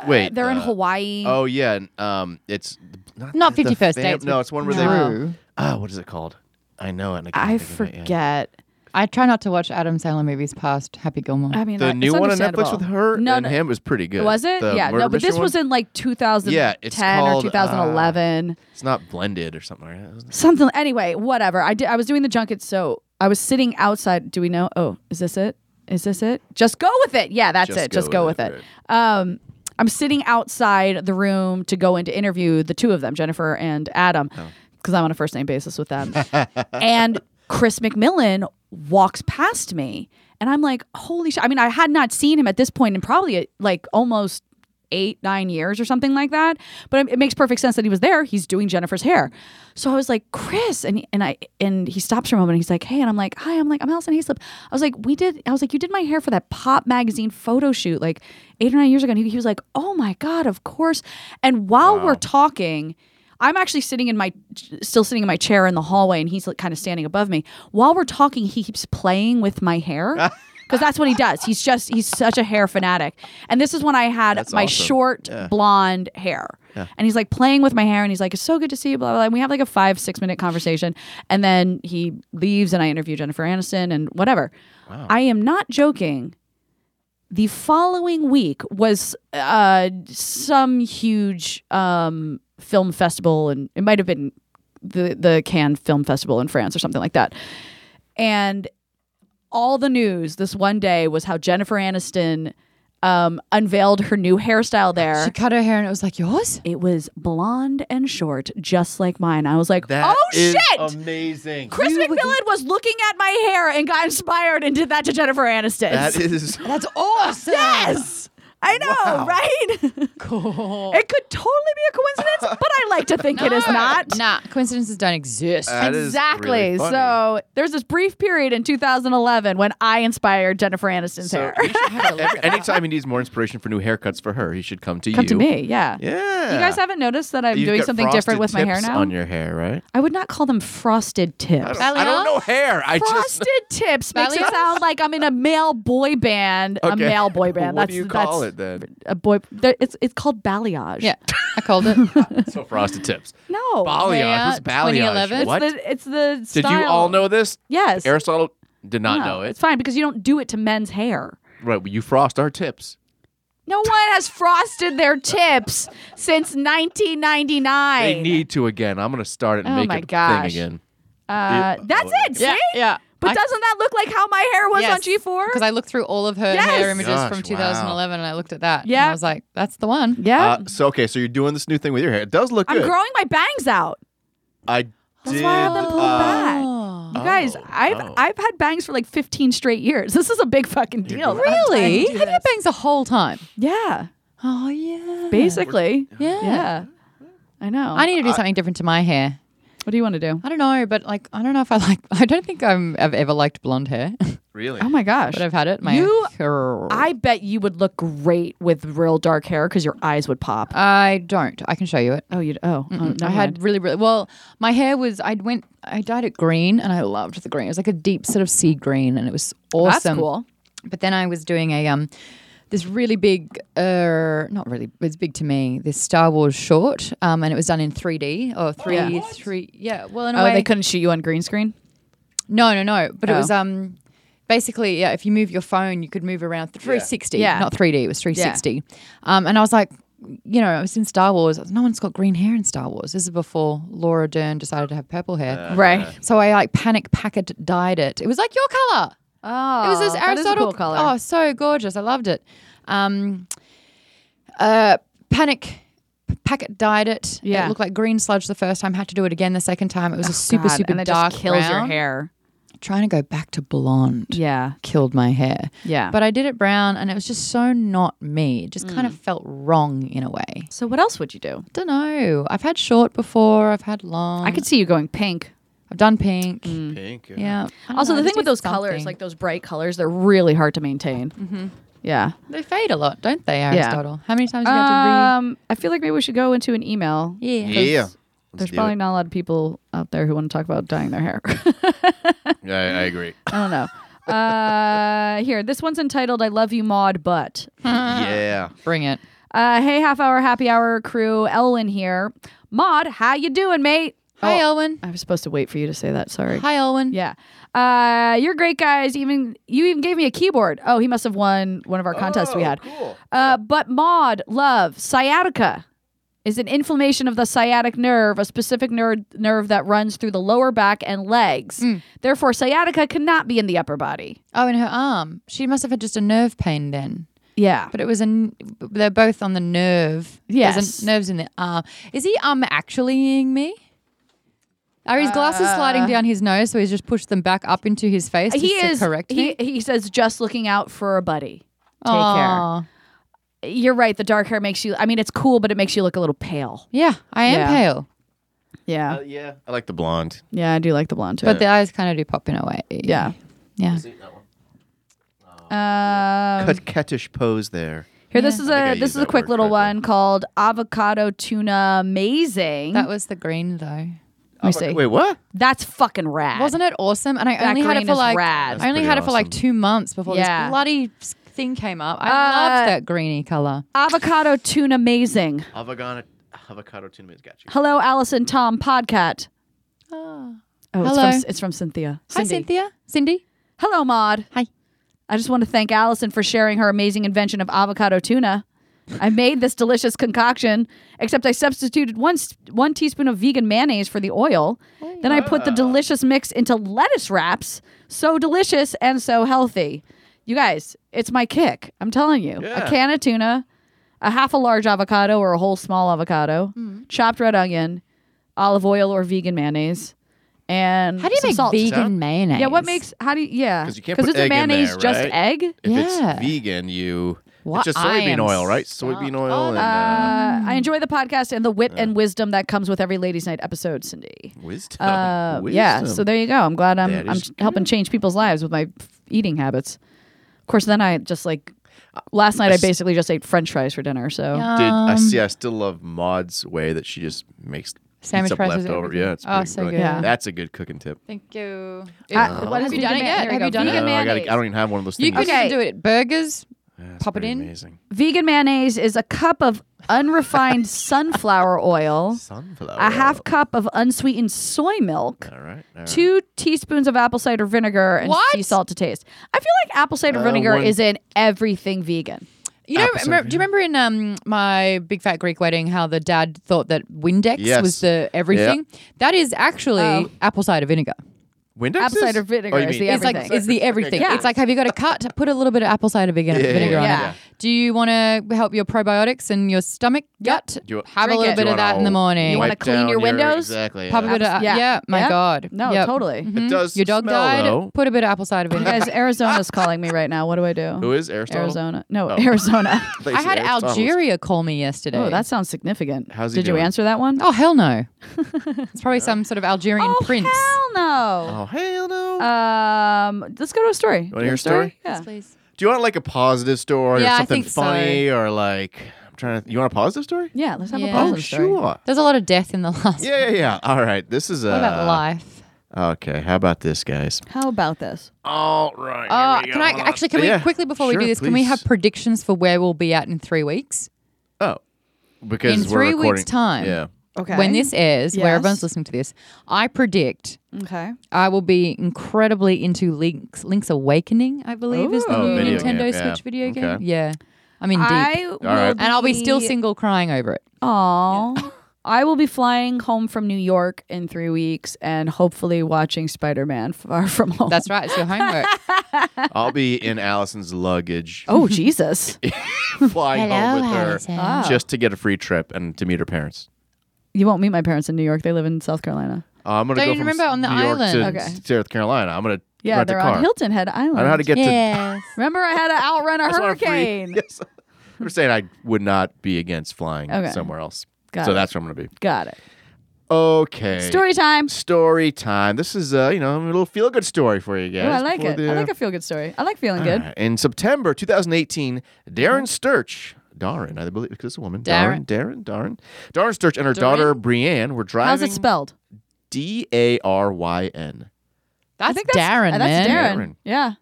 Speaker 3: Wait.
Speaker 2: They're in
Speaker 3: uh,
Speaker 2: Hawaii.
Speaker 3: Oh yeah. and, Um, it's not,
Speaker 4: Not
Speaker 3: the
Speaker 4: 51st
Speaker 3: fam-
Speaker 4: Dates
Speaker 3: No,
Speaker 4: with
Speaker 3: it's one where they.
Speaker 4: Drew.
Speaker 3: Ah, what is it called? I know it. and can't
Speaker 2: I
Speaker 3: think of it, yeah.
Speaker 2: forget.
Speaker 4: I try not to watch Adam Sandler movies past Happy Gilmore.
Speaker 2: I mean, I-
Speaker 3: The
Speaker 2: it's
Speaker 3: new one on Netflix
Speaker 2: understandable.
Speaker 3: with her
Speaker 2: No,
Speaker 3: and
Speaker 2: no,
Speaker 3: him was pretty good.
Speaker 2: Was it?
Speaker 3: The
Speaker 2: yeah.
Speaker 3: Murder
Speaker 2: No, but
Speaker 3: Mystery
Speaker 2: this was
Speaker 3: one?
Speaker 2: in like 2010
Speaker 3: Yeah, it's
Speaker 2: or
Speaker 3: called, uh,
Speaker 2: 2011.
Speaker 3: It's not blended or something. Right? Isn't it?
Speaker 2: Something. Anyway, whatever. I did. I was doing the junket, so I was sitting outside. Do we know? Oh, is this it? Is this it? Just go with it. Yeah, that's
Speaker 3: Just
Speaker 2: it.
Speaker 3: go
Speaker 2: Just go
Speaker 3: with
Speaker 2: with
Speaker 3: it,
Speaker 2: it. Um, I'm sitting outside the room to go in to interview the two of them, Jennifer and Adam,
Speaker 3: Oh.
Speaker 2: because I'm on a first name basis with them. and Chris McMillan walks past me, and I'm like, holy shit! I mean, I had not seen him at this point in probably like almost eight, nine years or something like that. But it makes perfect sense that he was there. He's doing Jennifer's hair. So I was like, Chris, and he- and I and he stops for a moment. And he's like, Hey, and I'm like, Hi, I'm like, I'm Allison Hayslip. I was like, We did. I was like, You did my hair for that Pop magazine photo shoot like eight or nine years ago. And he, he was like, Oh my god, of course. And while we're talking. I'm actually sitting in my, still sitting in my chair in the hallway, and he's like kind of standing above me. While we're talking, he keeps playing with my hair because that's what he does. He's just, he's such a hair fanatic. And this is when I had
Speaker 3: That's
Speaker 2: my
Speaker 3: awesome.
Speaker 2: short blonde hair. And he's like playing with my hair, and he's like, "It's so good to see you." Blah blah. blah. And we have like a five six minute conversation, and then he leaves, and I interview Jennifer Aniston and whatever. I am not joking. The following week was uh, some huge um, film festival, and it might have been the the Cannes Film Festival in France or something like that. And all the news this one day was how Jennifer Aniston um, unveiled her new hairstyle there.
Speaker 4: She cut her hair and it was like yours.
Speaker 2: it was blonde and short, just like mine. I was like,
Speaker 3: That
Speaker 2: "Oh
Speaker 3: is
Speaker 2: shit!"
Speaker 3: Amazing.
Speaker 2: Chris McMillan was looking at my hair and got inspired and did that to Jennifer Aniston.
Speaker 3: That is
Speaker 4: That's awesome.
Speaker 2: Oh, yes, I know, right?
Speaker 4: Cool.
Speaker 2: It could totally be a coincidence, but I like to think it is not.
Speaker 4: Nah, coincidences don't exist.
Speaker 3: That is
Speaker 2: exactly.
Speaker 3: really funny.
Speaker 2: so there's this brief period in 2011 when I inspired Jennifer Aniston's
Speaker 3: So
Speaker 2: hair.
Speaker 3: you should have every- anytime he needs more inspiration for new haircuts for her, he should come to
Speaker 2: Come
Speaker 3: you.
Speaker 2: to me, yeah.
Speaker 3: Yeah.
Speaker 2: You guys haven't noticed that I'm
Speaker 3: You've
Speaker 2: doing
Speaker 3: got
Speaker 2: something different
Speaker 3: frosted
Speaker 2: with my hair
Speaker 3: tips
Speaker 2: now.
Speaker 3: On your hair, right?
Speaker 2: I would not call them frosted tips.
Speaker 4: Belly
Speaker 3: I don't
Speaker 4: up?
Speaker 3: know hair. I just
Speaker 2: Frosted tips makes it
Speaker 4: Belly-
Speaker 2: sound like I'm in a male boy band. A
Speaker 3: Okay.
Speaker 2: male boy band.
Speaker 3: what
Speaker 2: that's
Speaker 3: do you call
Speaker 2: that's
Speaker 3: it then?
Speaker 2: a boy. there- It's it's called balayage.
Speaker 4: yeah, I called it.
Speaker 3: So frosted tips.
Speaker 2: No.
Speaker 3: Balayage.
Speaker 4: yeah,
Speaker 3: What's balayage?
Speaker 4: 2011.
Speaker 3: What?
Speaker 2: It's the, it's the
Speaker 3: Did
Speaker 2: style.
Speaker 3: you all know this?
Speaker 2: Yes.
Speaker 3: Aristotle did not
Speaker 2: No,
Speaker 3: know it.
Speaker 2: It's fine because you don't do it to men's hair.
Speaker 3: Right. well, You frost our tips.
Speaker 2: No one has frosted their tips since 1999.
Speaker 3: They need to again. I'm gonna start it and
Speaker 2: Oh
Speaker 3: make
Speaker 2: my
Speaker 3: it
Speaker 2: gosh.
Speaker 3: a thing again.
Speaker 2: uh, that's it. See?
Speaker 4: yeah, yeah.
Speaker 2: But
Speaker 4: I-
Speaker 2: doesn't that look like how my hair was
Speaker 4: Yes,
Speaker 2: on G4?
Speaker 4: Because I looked through all of her
Speaker 2: Yes.
Speaker 4: hair images
Speaker 3: Gosh,
Speaker 4: from
Speaker 3: wow.
Speaker 4: 2011 and I looked at that.
Speaker 2: Yeah.
Speaker 4: And I was like, that's the one.
Speaker 2: yeah.
Speaker 3: Uh, so okay, so you're doing this new thing with your hair. It does look
Speaker 2: Um, I'm
Speaker 3: good.
Speaker 2: growing my bangs out.
Speaker 3: I
Speaker 2: That's
Speaker 3: did.
Speaker 2: why I have that little
Speaker 3: uh,
Speaker 2: back. You guys,
Speaker 3: Oh,
Speaker 2: I've
Speaker 3: oh.
Speaker 2: I've had bangs for like 15 straight years. This is a big fucking deal.
Speaker 4: Really? Have you had bangs the whole time?
Speaker 2: Yeah.
Speaker 4: Oh, yeah.
Speaker 2: Basically.
Speaker 4: Yeah.
Speaker 2: Yeah. I know.
Speaker 4: I need to do something different to my hair.
Speaker 2: what do you want to do?
Speaker 4: I don't know, but like, I don't know if I like, I don't think I'm, I've ever liked blonde hair,
Speaker 3: Really?
Speaker 2: Oh my gosh.
Speaker 4: but I've had it. My
Speaker 2: You-
Speaker 4: hair.
Speaker 2: I bet you would look great with real dark hair because your eyes would pop.
Speaker 4: I don't. I can show you it.
Speaker 2: oh, you. Oh, oh
Speaker 4: I had really, really well. My hair was. I went. I dyed it green, and I loved the green. It was like a deep sort of sea green, and it was awesome.
Speaker 2: That's cool.
Speaker 4: But then I was doing a um, this really big, uh, not really, it was big to me. This Star Wars short, um, and it was done in three D or three
Speaker 2: Yeah.
Speaker 4: three. Yeah, well, in a
Speaker 2: Oh,
Speaker 4: way,
Speaker 2: they couldn't shoot you on green screen.
Speaker 4: no, no, no. But
Speaker 2: Oh.
Speaker 4: it was um, basically yeah. If you move your phone, you could move around th- 360.
Speaker 2: Yeah.
Speaker 4: not 3D. It was 360. Um, and I was like, you know, I was in Star Wars. No one's got green hair in Star Wars. This is before Laura Dern decided to have purple hair.
Speaker 2: Right.
Speaker 4: So I like panic packet dyed it. It was like your color.
Speaker 2: Oh,
Speaker 4: It was this Aristotle
Speaker 2: color.
Speaker 4: Oh, so gorgeous! I loved it. Um, uh, panic packet dyed it.
Speaker 2: Yeah.
Speaker 4: it looked like green sludge the first time. Had to do it again the second time. It was a super super
Speaker 2: and it
Speaker 4: dark
Speaker 2: just kills your
Speaker 4: brown.
Speaker 2: hair.
Speaker 4: Trying to go back to blonde
Speaker 2: Yeah.
Speaker 4: killed my hair.
Speaker 2: Yeah.
Speaker 4: But I did it brown, and it was just so not me. It just kind of felt wrong in a way.
Speaker 2: So what else would you do?
Speaker 4: Mm. Don't know. I've had short before. I've had long.
Speaker 2: I could see you going pink.
Speaker 4: I've done pink.
Speaker 3: Pink. uh,
Speaker 4: Yeah. I don't
Speaker 2: Also,
Speaker 4: know,
Speaker 2: the
Speaker 4: I
Speaker 2: thing
Speaker 4: just
Speaker 2: with
Speaker 4: do
Speaker 2: those colors,
Speaker 4: something. Mm-hmm.
Speaker 2: like those bright colors, they're really hard to maintain. Yeah.
Speaker 4: they fade a lot, don't they, Aristotle? How many times do you have
Speaker 2: Um, I feel like maybe we should go into an email.
Speaker 4: to read?
Speaker 3: Yeah. Let's
Speaker 2: There's
Speaker 3: do
Speaker 2: probably
Speaker 3: it.
Speaker 2: not a lot of people out there who want to talk about dyeing their hair.
Speaker 3: Yeah, I, I agree.
Speaker 2: I don't know. Uh, here, this one's entitled "I Love You, Maud," but
Speaker 3: yeah.
Speaker 4: Bring it.
Speaker 2: uh, hey, half hour happy hour crew, Ellen here. Maud, how you doing, mate?
Speaker 4: Hi,
Speaker 2: Oh,
Speaker 4: Elwin.
Speaker 2: I was supposed to wait for you to say that. Sorry.
Speaker 4: Hi, Elwin.
Speaker 2: Yeah. Uh, you're great guys. Even you even gave me a keyboard. Oh, he must have won one of our contests we had.
Speaker 3: Oh, Cool.
Speaker 2: Uh, but Maud, love, sciatica is an inflammation of the sciatic nerve, a specific ner- nerve that runs through the lower back and legs. Therefore, sciatica cannot be in the upper body.
Speaker 4: Oh, in her arm. She must have had just a nerve pain then.
Speaker 2: Yeah.
Speaker 4: But it was an. They're both on the nerve. There's a-
Speaker 2: Yes.
Speaker 4: nerves in the arm. Is he um actuallying me? Are his glasses sliding down his nose? So he's just pushed them back up into his face.
Speaker 2: Uh. he
Speaker 4: just to
Speaker 2: is
Speaker 4: correct
Speaker 2: he,
Speaker 4: me.
Speaker 2: he says just looking out for a buddy. Take
Speaker 4: Aw.
Speaker 2: care. You're right. The dark hair makes you. I mean, it's cool, but it makes you look a little pale.
Speaker 4: Yeah, I am
Speaker 2: Yeah.
Speaker 4: pale,
Speaker 2: Yeah.
Speaker 3: Uh, yeah. I like the blonde.
Speaker 2: Yeah, I do like the blonde. Too.
Speaker 4: but the eyes kind of do pop in a way.
Speaker 2: yeah.
Speaker 4: yeah.
Speaker 2: Um,
Speaker 3: Cut cattish pose there.
Speaker 2: here, this is
Speaker 3: I think I
Speaker 2: a
Speaker 3: used
Speaker 2: this is a
Speaker 3: that
Speaker 2: quick
Speaker 3: word
Speaker 2: little
Speaker 3: correctly.
Speaker 2: one called avocado tuna amazing.
Speaker 4: That was the green though.
Speaker 2: Let me see.
Speaker 3: Wait, what?
Speaker 2: That's fucking rad.
Speaker 4: Wasn't it awesome? And I only had
Speaker 2: green
Speaker 4: it for
Speaker 2: is
Speaker 4: like
Speaker 2: rad.
Speaker 4: I only
Speaker 3: That's
Speaker 4: had it for
Speaker 3: pretty
Speaker 4: like
Speaker 3: awesome.
Speaker 4: two months before
Speaker 2: Yeah.
Speaker 4: this bloody s- thing came up. I
Speaker 2: Uh,
Speaker 4: loved that greeny color.
Speaker 2: Avocado tuna amazing.
Speaker 3: Avocado, avocado tuna has got you.
Speaker 2: Hello, Allison, Tom, Podcat. Oh,
Speaker 4: Hello.
Speaker 2: It's, from, it's from Cynthia.
Speaker 4: Hi,
Speaker 2: Cindy.
Speaker 4: Cynthia. Cindy.
Speaker 2: Hello, Maud.
Speaker 4: Hi.
Speaker 2: I just want to thank Allison for sharing her amazing invention of avocado tuna. I made this delicious concoction, except I substituted one s- one teaspoon of vegan mayonnaise for the oil. Then I put the delicious mix into lettuce wraps. So delicious and so healthy. You guys, it's my kick. I'm telling you.
Speaker 3: Yeah.
Speaker 2: A can of tuna, a half a large avocado or a whole small avocado,
Speaker 4: Mm.
Speaker 2: chopped red onion, olive oil or vegan mayonnaise, and
Speaker 4: How do you
Speaker 2: some
Speaker 4: make
Speaker 2: salt.
Speaker 4: vegan
Speaker 3: Sound-
Speaker 4: mayonnaise?
Speaker 2: Yeah, what makes how do you yeah?
Speaker 3: 'Cause you can't put
Speaker 2: isn't
Speaker 3: egg in
Speaker 2: mayonnaise
Speaker 3: there,
Speaker 2: just
Speaker 3: right?
Speaker 2: egg?
Speaker 3: If
Speaker 4: Yeah.
Speaker 3: it's vegan, you
Speaker 4: What?
Speaker 3: it's just
Speaker 4: I am
Speaker 3: soybean oil, right?
Speaker 4: so-
Speaker 3: Soybean
Speaker 4: Oh,
Speaker 3: oil and uh,
Speaker 2: Uh, I enjoy the podcast and the wit and wisdom that comes with every ladies' night episode, Cindy.
Speaker 3: wisdom.
Speaker 2: Uh, yeah, so
Speaker 3: Oh, Wisdom.
Speaker 2: there you go. I'm glad I'm
Speaker 3: That
Speaker 2: I'm
Speaker 3: is
Speaker 2: helping change people's lives with my f- eating habits. Of course, then I just like
Speaker 3: Uh,
Speaker 2: last night I basically just ate French fries for dinner. So
Speaker 3: Did
Speaker 4: um,
Speaker 3: I see? I still love Maud's way that she just makes
Speaker 4: Sandwich
Speaker 3: eats up
Speaker 4: fries with
Speaker 3: leftover.
Speaker 4: everything.
Speaker 3: Yeah, it's
Speaker 4: Oh,
Speaker 3: pretty
Speaker 4: so
Speaker 3: brilliant.
Speaker 2: good.
Speaker 3: That's a good cooking tip.
Speaker 4: Thank
Speaker 2: I-
Speaker 4: you.
Speaker 2: what is
Speaker 4: Uh, Have
Speaker 2: vegan ma-
Speaker 4: you done it yet?
Speaker 2: there we
Speaker 4: Have
Speaker 2: go.
Speaker 4: you done it?
Speaker 2: vegan
Speaker 3: No, I, gotta,
Speaker 2: mayonnaise?
Speaker 3: I don't even have one of those
Speaker 4: You
Speaker 3: things.
Speaker 4: could
Speaker 2: Okay.
Speaker 4: just do it at burgers.
Speaker 3: Yeah, it's
Speaker 4: pop it
Speaker 3: pretty
Speaker 4: in.
Speaker 3: Amazing.
Speaker 2: Vegan mayonnaise is a cup of unrefined sunflower oil,
Speaker 3: Sunflower.
Speaker 2: a half cup of unsweetened soy milk,
Speaker 3: All right. all right.
Speaker 2: two teaspoons of apple cider vinegar, and
Speaker 4: What?
Speaker 2: sea salt to taste. I feel like apple cider
Speaker 3: Uh,
Speaker 2: vinegar
Speaker 3: one-
Speaker 2: is in everything vegan.
Speaker 4: You know,
Speaker 3: Apple
Speaker 4: remember- do you remember in um, my big fat Greek wedding how the dad thought that Windex
Speaker 3: Yes.
Speaker 4: was the everything? That is actually
Speaker 2: Oh.
Speaker 4: apple cider vinegar.
Speaker 3: Windex
Speaker 2: Apple cider vinegar
Speaker 3: oh, you
Speaker 2: is
Speaker 3: mean-
Speaker 2: the
Speaker 4: It's like
Speaker 2: Everything.
Speaker 4: it's the everything.
Speaker 2: Yeah.
Speaker 4: It's like have you got a cut? Put a little bit of apple cider vinegar,
Speaker 3: yeah,
Speaker 4: vinegar on
Speaker 2: yeah.
Speaker 4: it.
Speaker 2: Yeah.
Speaker 4: Do you want to help your probiotics and your stomach gut?
Speaker 3: Do you-
Speaker 4: Have a
Speaker 2: Drink
Speaker 4: little
Speaker 2: it.
Speaker 4: bit
Speaker 3: Do
Speaker 4: of that in
Speaker 3: wanna
Speaker 4: the morning.
Speaker 2: You wanna
Speaker 3: wipe
Speaker 2: clean
Speaker 3: down
Speaker 2: your windows?
Speaker 3: Exactly.
Speaker 4: Pop a
Speaker 3: yeah.
Speaker 4: bit of
Speaker 2: Yeah.
Speaker 4: yeah. my
Speaker 2: Yep.
Speaker 4: god.
Speaker 2: No,
Speaker 4: Yep. Mm-hmm.
Speaker 2: totally.
Speaker 3: It does.
Speaker 4: Your dog
Speaker 3: smell,
Speaker 4: died.
Speaker 3: Though.
Speaker 4: Put a bit of apple cider vinegar.
Speaker 2: Guys, Arizona's calling me right now. What do I do?
Speaker 3: Who is Oh. Aristotle?
Speaker 2: Arizona. No, Arizona.
Speaker 3: I thought you
Speaker 4: I
Speaker 3: said
Speaker 4: had
Speaker 3: Aristotle's.
Speaker 4: Algeria call me yesterday.
Speaker 2: oh, that sounds significant.
Speaker 3: How's he
Speaker 2: Did you
Speaker 3: doing?
Speaker 2: answer that one?
Speaker 4: Oh hell no! it's probably some sort of Algerian
Speaker 2: Oh,
Speaker 4: prince.
Speaker 2: hell no.
Speaker 3: Oh hell no!
Speaker 4: Uh,
Speaker 2: Um, let's go to a story. Do You
Speaker 3: wanna hear a story?
Speaker 2: Yeah.
Speaker 4: Please.
Speaker 3: Do you want like a positive story
Speaker 4: Yeah, I
Speaker 3: or something
Speaker 4: think so.
Speaker 3: funny or like I'm trying to? You want a positive story?
Speaker 2: Yeah, let's have a
Speaker 4: Yeah.
Speaker 2: positive
Speaker 3: Oh
Speaker 2: story.
Speaker 3: sure.
Speaker 4: There's a lot of death in the last.
Speaker 3: Yeah, yeah, yeah. All right. This is uh, a.
Speaker 4: What about life?
Speaker 3: Okay. How about this, guys?
Speaker 2: How about this?
Speaker 3: All right.
Speaker 4: Oh,
Speaker 3: here we
Speaker 4: can
Speaker 3: go.
Speaker 4: I
Speaker 3: Hold on.
Speaker 4: actually? Can we
Speaker 3: Yeah,
Speaker 4: quickly before
Speaker 3: sure,
Speaker 4: we do this? Can we
Speaker 3: please.
Speaker 4: have predictions for where we'll be at in three weeks?
Speaker 3: Oh, because
Speaker 4: in
Speaker 3: we're
Speaker 4: three
Speaker 3: recording.
Speaker 4: weeks' time.
Speaker 3: Yeah.
Speaker 2: Okay.
Speaker 4: When this airs,
Speaker 2: Yes.
Speaker 4: where everyone's listening to this, I predict
Speaker 2: Okay.
Speaker 4: I will be incredibly into Link's Link's Awakening. I believe is the
Speaker 3: Oh,
Speaker 4: new
Speaker 3: video
Speaker 4: Nintendo
Speaker 3: game, yeah.
Speaker 4: Switch video game.
Speaker 3: Okay.
Speaker 4: Yeah, I'm in deep,
Speaker 2: I Oh. will
Speaker 3: right.
Speaker 4: and I'll be still single, crying over it.
Speaker 2: Aw. I will be flying home from New York in three weeks and hopefully watching Spider Man Far From Home.
Speaker 4: That's right. It's your homework.
Speaker 3: I'll be in Allison's luggage,
Speaker 2: oh, Jesus. Oh,
Speaker 3: flying home with her
Speaker 2: Wow.
Speaker 3: just to get a free trip and to meet her parents.
Speaker 2: you won't meet my parents in New York. They live in South Carolina.
Speaker 3: Uh, I'm gonna
Speaker 4: Don't
Speaker 3: go
Speaker 4: you
Speaker 3: from
Speaker 4: remember on the
Speaker 3: New York to
Speaker 4: island?
Speaker 2: Okay.
Speaker 3: South Carolina. I'm gonna
Speaker 2: Yeah,
Speaker 3: rent
Speaker 2: they're
Speaker 3: a car.
Speaker 2: on Hilton Head Island.
Speaker 3: I don't know how to get to.
Speaker 4: Yes.
Speaker 2: Remember, I had to outrun a
Speaker 3: That's not a free-
Speaker 2: hurricane.
Speaker 3: yes. I'm saying I would not be against flying
Speaker 2: Okay.
Speaker 3: somewhere else.
Speaker 2: Got
Speaker 3: so
Speaker 2: it.
Speaker 3: that's where I'm going to be.
Speaker 2: Got it.
Speaker 3: Okay.
Speaker 2: Story time.
Speaker 3: Story time. This is uh, you know, a little feel good story for you
Speaker 2: Ooh, I
Speaker 3: guys.
Speaker 2: like
Speaker 3: before
Speaker 2: it.
Speaker 3: the-
Speaker 2: I like a feel good story. I like feeling good. Mm-hmm.
Speaker 3: All right. Ah, In September 2018, Darren Sturch, Darren, I believe, because it's a woman.
Speaker 4: Darren.
Speaker 3: Darren, Darren, Darren. Darren Sturch and her daughter Brienne were driving.
Speaker 2: How's it spelled?
Speaker 3: D A R Y N.
Speaker 4: That's
Speaker 2: I think that's
Speaker 4: Darren,
Speaker 2: uh,
Speaker 4: man.
Speaker 2: That's Darren.
Speaker 3: Darren.
Speaker 2: Yeah.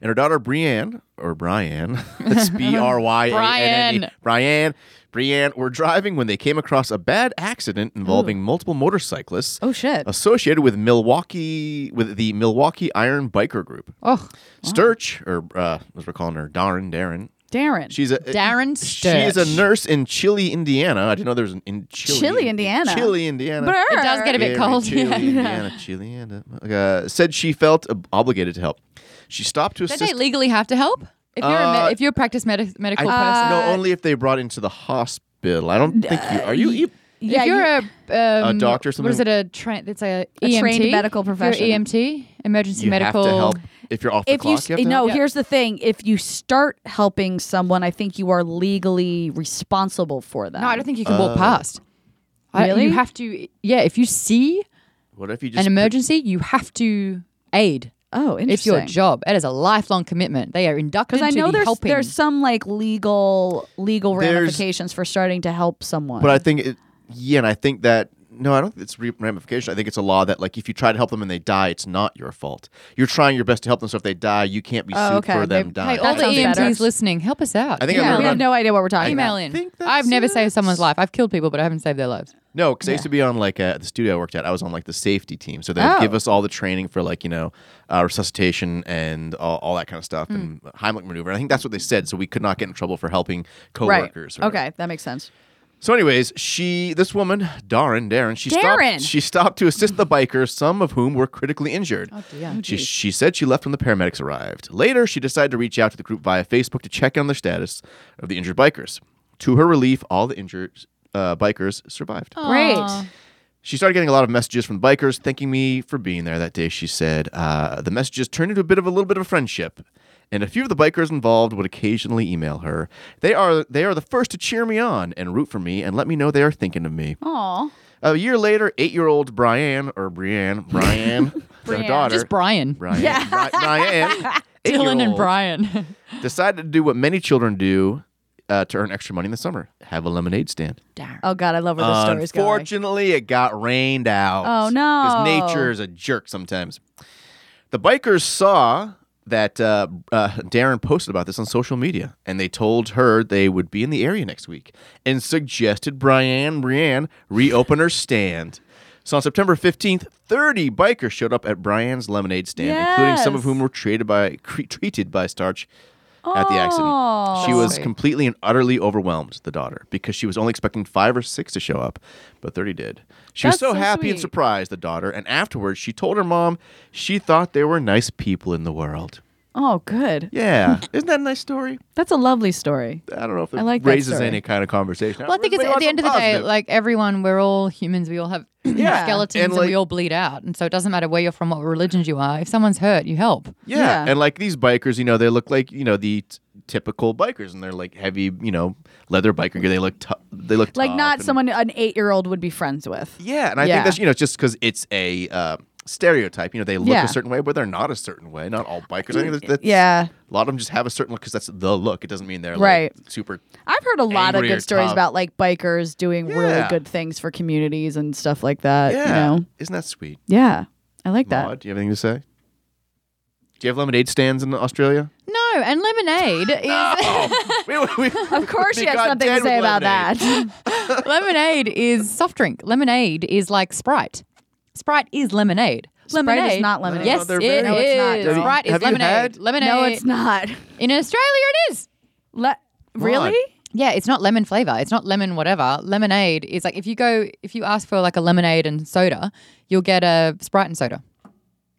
Speaker 3: And her daughter Brienne, or Brian, that's B R Y A N N E.
Speaker 4: Brian.
Speaker 3: Brian, Brienne were driving when they came across a bad accident involving multiple motorcyclists
Speaker 2: Oh shit.
Speaker 3: associated with Milwaukee, with the Milwaukee Iron Biker Group.
Speaker 4: Oh,
Speaker 3: Sturch, or uh, as we're calling her, Darren, Darren.
Speaker 2: Darren.
Speaker 3: She's a
Speaker 4: Darren
Speaker 3: She is a
Speaker 4: Sturch.
Speaker 3: nurse in Chile, Indiana. I didn't know there was an in Chile,
Speaker 2: Chile, Indiana.
Speaker 3: Chile, Indiana.
Speaker 2: Brr.
Speaker 4: it does get a bit
Speaker 3: Very
Speaker 4: cold.
Speaker 3: Chile,
Speaker 4: Yeah.
Speaker 3: Indiana, Chile, Indiana. Uh, said she felt ob- obligated to help. She stopped to
Speaker 4: Don't
Speaker 3: assist.
Speaker 4: they legally have to help? If you're a
Speaker 3: Uh,
Speaker 4: me- if you're a practice medi- medical
Speaker 3: I,
Speaker 4: person,
Speaker 3: no, only if they brought into the hospital. I don't think you
Speaker 2: Uh,
Speaker 3: are you. you
Speaker 2: yeah.
Speaker 4: if you're a um,
Speaker 3: A doctor or
Speaker 4: What is
Speaker 3: something?
Speaker 4: it? A train? It's a,
Speaker 2: A
Speaker 4: EMT?
Speaker 2: trained medical
Speaker 4: If you're
Speaker 2: professional.
Speaker 4: EMT, emergency
Speaker 3: you
Speaker 4: medical.
Speaker 3: have to help if you're off the
Speaker 2: if you,
Speaker 3: clock.
Speaker 2: s-
Speaker 3: you have to
Speaker 2: no,
Speaker 3: help?
Speaker 2: here's the thing. If you start helping someone, I think you are legally responsible for that.
Speaker 4: No, I don't think you can
Speaker 3: Uh,
Speaker 4: walk past. I-
Speaker 2: Really?
Speaker 4: you have to. Yeah, if you see
Speaker 3: What if you just
Speaker 4: an emergency, you have to aid.
Speaker 2: oh, interesting.
Speaker 4: It's your job. It is a lifelong commitment. They are inducted
Speaker 2: Because I
Speaker 4: into
Speaker 2: know
Speaker 4: the
Speaker 2: there's
Speaker 4: helping.
Speaker 2: there's some like legal legal
Speaker 3: There's-
Speaker 2: ramifications for starting to help someone.
Speaker 3: But I think it, yeah, and I think that no, I don't think it's re- ramification. I think it's a law that like if you try to help them and they die, it's not your fault. You're trying your best to help them, so if they die, you can't be sued
Speaker 2: Oh, okay.
Speaker 3: for them
Speaker 2: They-
Speaker 3: dying.
Speaker 4: hey, all
Speaker 2: That
Speaker 4: the
Speaker 2: sounds
Speaker 4: EMTs
Speaker 2: better.
Speaker 4: listening, help us out.
Speaker 3: I think I
Speaker 2: yeah,
Speaker 3: remember
Speaker 2: we have
Speaker 3: I'm-
Speaker 2: no idea what we're talking
Speaker 4: email
Speaker 2: about.
Speaker 4: in.
Speaker 3: think that's
Speaker 4: I've never
Speaker 3: it.
Speaker 4: saved someone's life. I've killed people, but I haven't saved their lives.
Speaker 3: No, because I used to be on like uh, at the studio I worked at. I was on like the safety team, so they would give
Speaker 2: Oh.
Speaker 3: us all the training for like you know uh, resuscitation and all, all that kind of stuff and
Speaker 2: Mm.
Speaker 3: Heimlich maneuver. I think that's what they said, so we could not get in trouble for helping coworkers.
Speaker 2: Right.
Speaker 3: or whatever.
Speaker 2: Okay, that makes sense.
Speaker 3: So, anyways, she this woman Darren Darren she
Speaker 2: Darren!
Speaker 3: stopped she stopped to assist the bikers, some of whom were critically injured.
Speaker 2: Oh,
Speaker 4: dear.
Speaker 3: She, she said she left when the paramedics arrived. Later, she decided to reach out to the group via Facebook to check on the status of the injured bikers. To her relief, all the injured uh, bikers survived.
Speaker 2: Great.
Speaker 3: She started getting a lot of messages from bikers thanking me for being there that day. She said uh, the messages turned into a bit of a little bit of a friendship, and a few of the bikers involved would occasionally email her. They are they are the first to cheer me on and root for me and let me know they are thinking of me.
Speaker 2: Aw.
Speaker 3: A year later, eight year old Brian or Brian Brian, their
Speaker 2: Brianne.
Speaker 3: daughter
Speaker 4: Just Brian.
Speaker 3: Brian Bri- Brian
Speaker 4: Dylan and
Speaker 3: eight-year-old,
Speaker 4: Brian.
Speaker 3: decided to do what many children do uh, to earn extra money in the summer: have a lemonade stand.
Speaker 2: Oh God, I love where
Speaker 3: Um,
Speaker 2: this story's going.
Speaker 3: Unfortunately, it got rained out.
Speaker 2: Oh,
Speaker 3: Because
Speaker 2: no.
Speaker 3: nature is a jerk sometimes. The bikers saw that uh, uh, Darren posted about this on social media, and they told her they would be in the area next week, and suggested Brianne Brianne reopen her stand. So on September 15th, 30 bikers showed up at Brianne's lemonade stand, including some of
Speaker 2: Yes.
Speaker 3: whom were treated by cre- treated by starch at the accident. She
Speaker 2: Oh.
Speaker 3: was
Speaker 4: Sweet.
Speaker 3: completely and utterly overwhelmed, the daughter, because she was only expecting five or six to show up, but 30 did. She was
Speaker 2: That's
Speaker 3: so,
Speaker 2: so
Speaker 3: happy and
Speaker 2: sweet.
Speaker 3: surprised, the daughter, and afterwards she told her mom she thought there were nice people in the world.
Speaker 2: Oh, good.
Speaker 3: Yeah. Isn't that a nice story?
Speaker 2: That's a lovely story.
Speaker 3: I don't know if it
Speaker 2: I like that
Speaker 3: raises
Speaker 2: story.
Speaker 3: any kind of conversation.
Speaker 4: Well, I think it's
Speaker 3: But
Speaker 4: at the
Speaker 3: also
Speaker 4: end of the day,
Speaker 3: positive.
Speaker 4: like everyone, we're all humans. We all have
Speaker 3: Yeah.
Speaker 4: skeletons
Speaker 3: And,
Speaker 4: and,
Speaker 3: like-
Speaker 4: we all bleed out. And so it doesn't matter where you're from, what religions you are. If someone's hurt, you help.
Speaker 3: Yeah.
Speaker 2: Yeah.
Speaker 3: And like these bikers, you know, they look like, you know, the t- typical bikers and they're like heavy, you know, leather biker gear. They look tough. They look
Speaker 2: Like
Speaker 3: tough
Speaker 2: not
Speaker 3: and-
Speaker 2: someone an eight year old would be friends with.
Speaker 3: Yeah, and I
Speaker 2: Yeah.
Speaker 3: think that's you know it's just because it's a uh, stereotype. You know, they look
Speaker 2: Yeah.
Speaker 3: a certain way, but they're not a certain way. Not all bikers. I think that- that's,
Speaker 2: Yeah.
Speaker 3: a lot of them just have a certain look because that's the look. It doesn't mean they're
Speaker 2: Right.
Speaker 3: like super.
Speaker 2: I've heard a lot of
Speaker 3: Angry or
Speaker 2: good stories
Speaker 3: tough.
Speaker 2: about like bikers doing really
Speaker 3: Yeah.
Speaker 2: good things for communities and stuff like that.
Speaker 3: Yeah,
Speaker 2: Uh, You know?
Speaker 3: isn't that sweet?
Speaker 2: Yeah. I like that.
Speaker 3: Maud, do you have anything to say? Do you have lemonade stands in Australia?
Speaker 4: No, and lemonade is
Speaker 2: Of course she has something to say about that.
Speaker 4: lemonade is soft drink. Lemonade is like Sprite. Sprite is lemonade.
Speaker 2: Sprite is
Speaker 4: lemonade
Speaker 2: not lemonade.
Speaker 4: Yes,
Speaker 3: No,
Speaker 4: it
Speaker 3: they're very- No,
Speaker 2: it's not,
Speaker 4: is.
Speaker 2: girl.
Speaker 4: Sprite is
Speaker 3: Have you
Speaker 4: lemonade.
Speaker 3: had-
Speaker 4: Lemonade.
Speaker 2: no, it's not.
Speaker 4: In Australia, it is.
Speaker 2: Le- really?
Speaker 4: Yeah, it's not lemon flavor. It's not lemon whatever. Lemonade is like if you go if you ask for like a lemonade and soda, you'll get a Sprite and soda.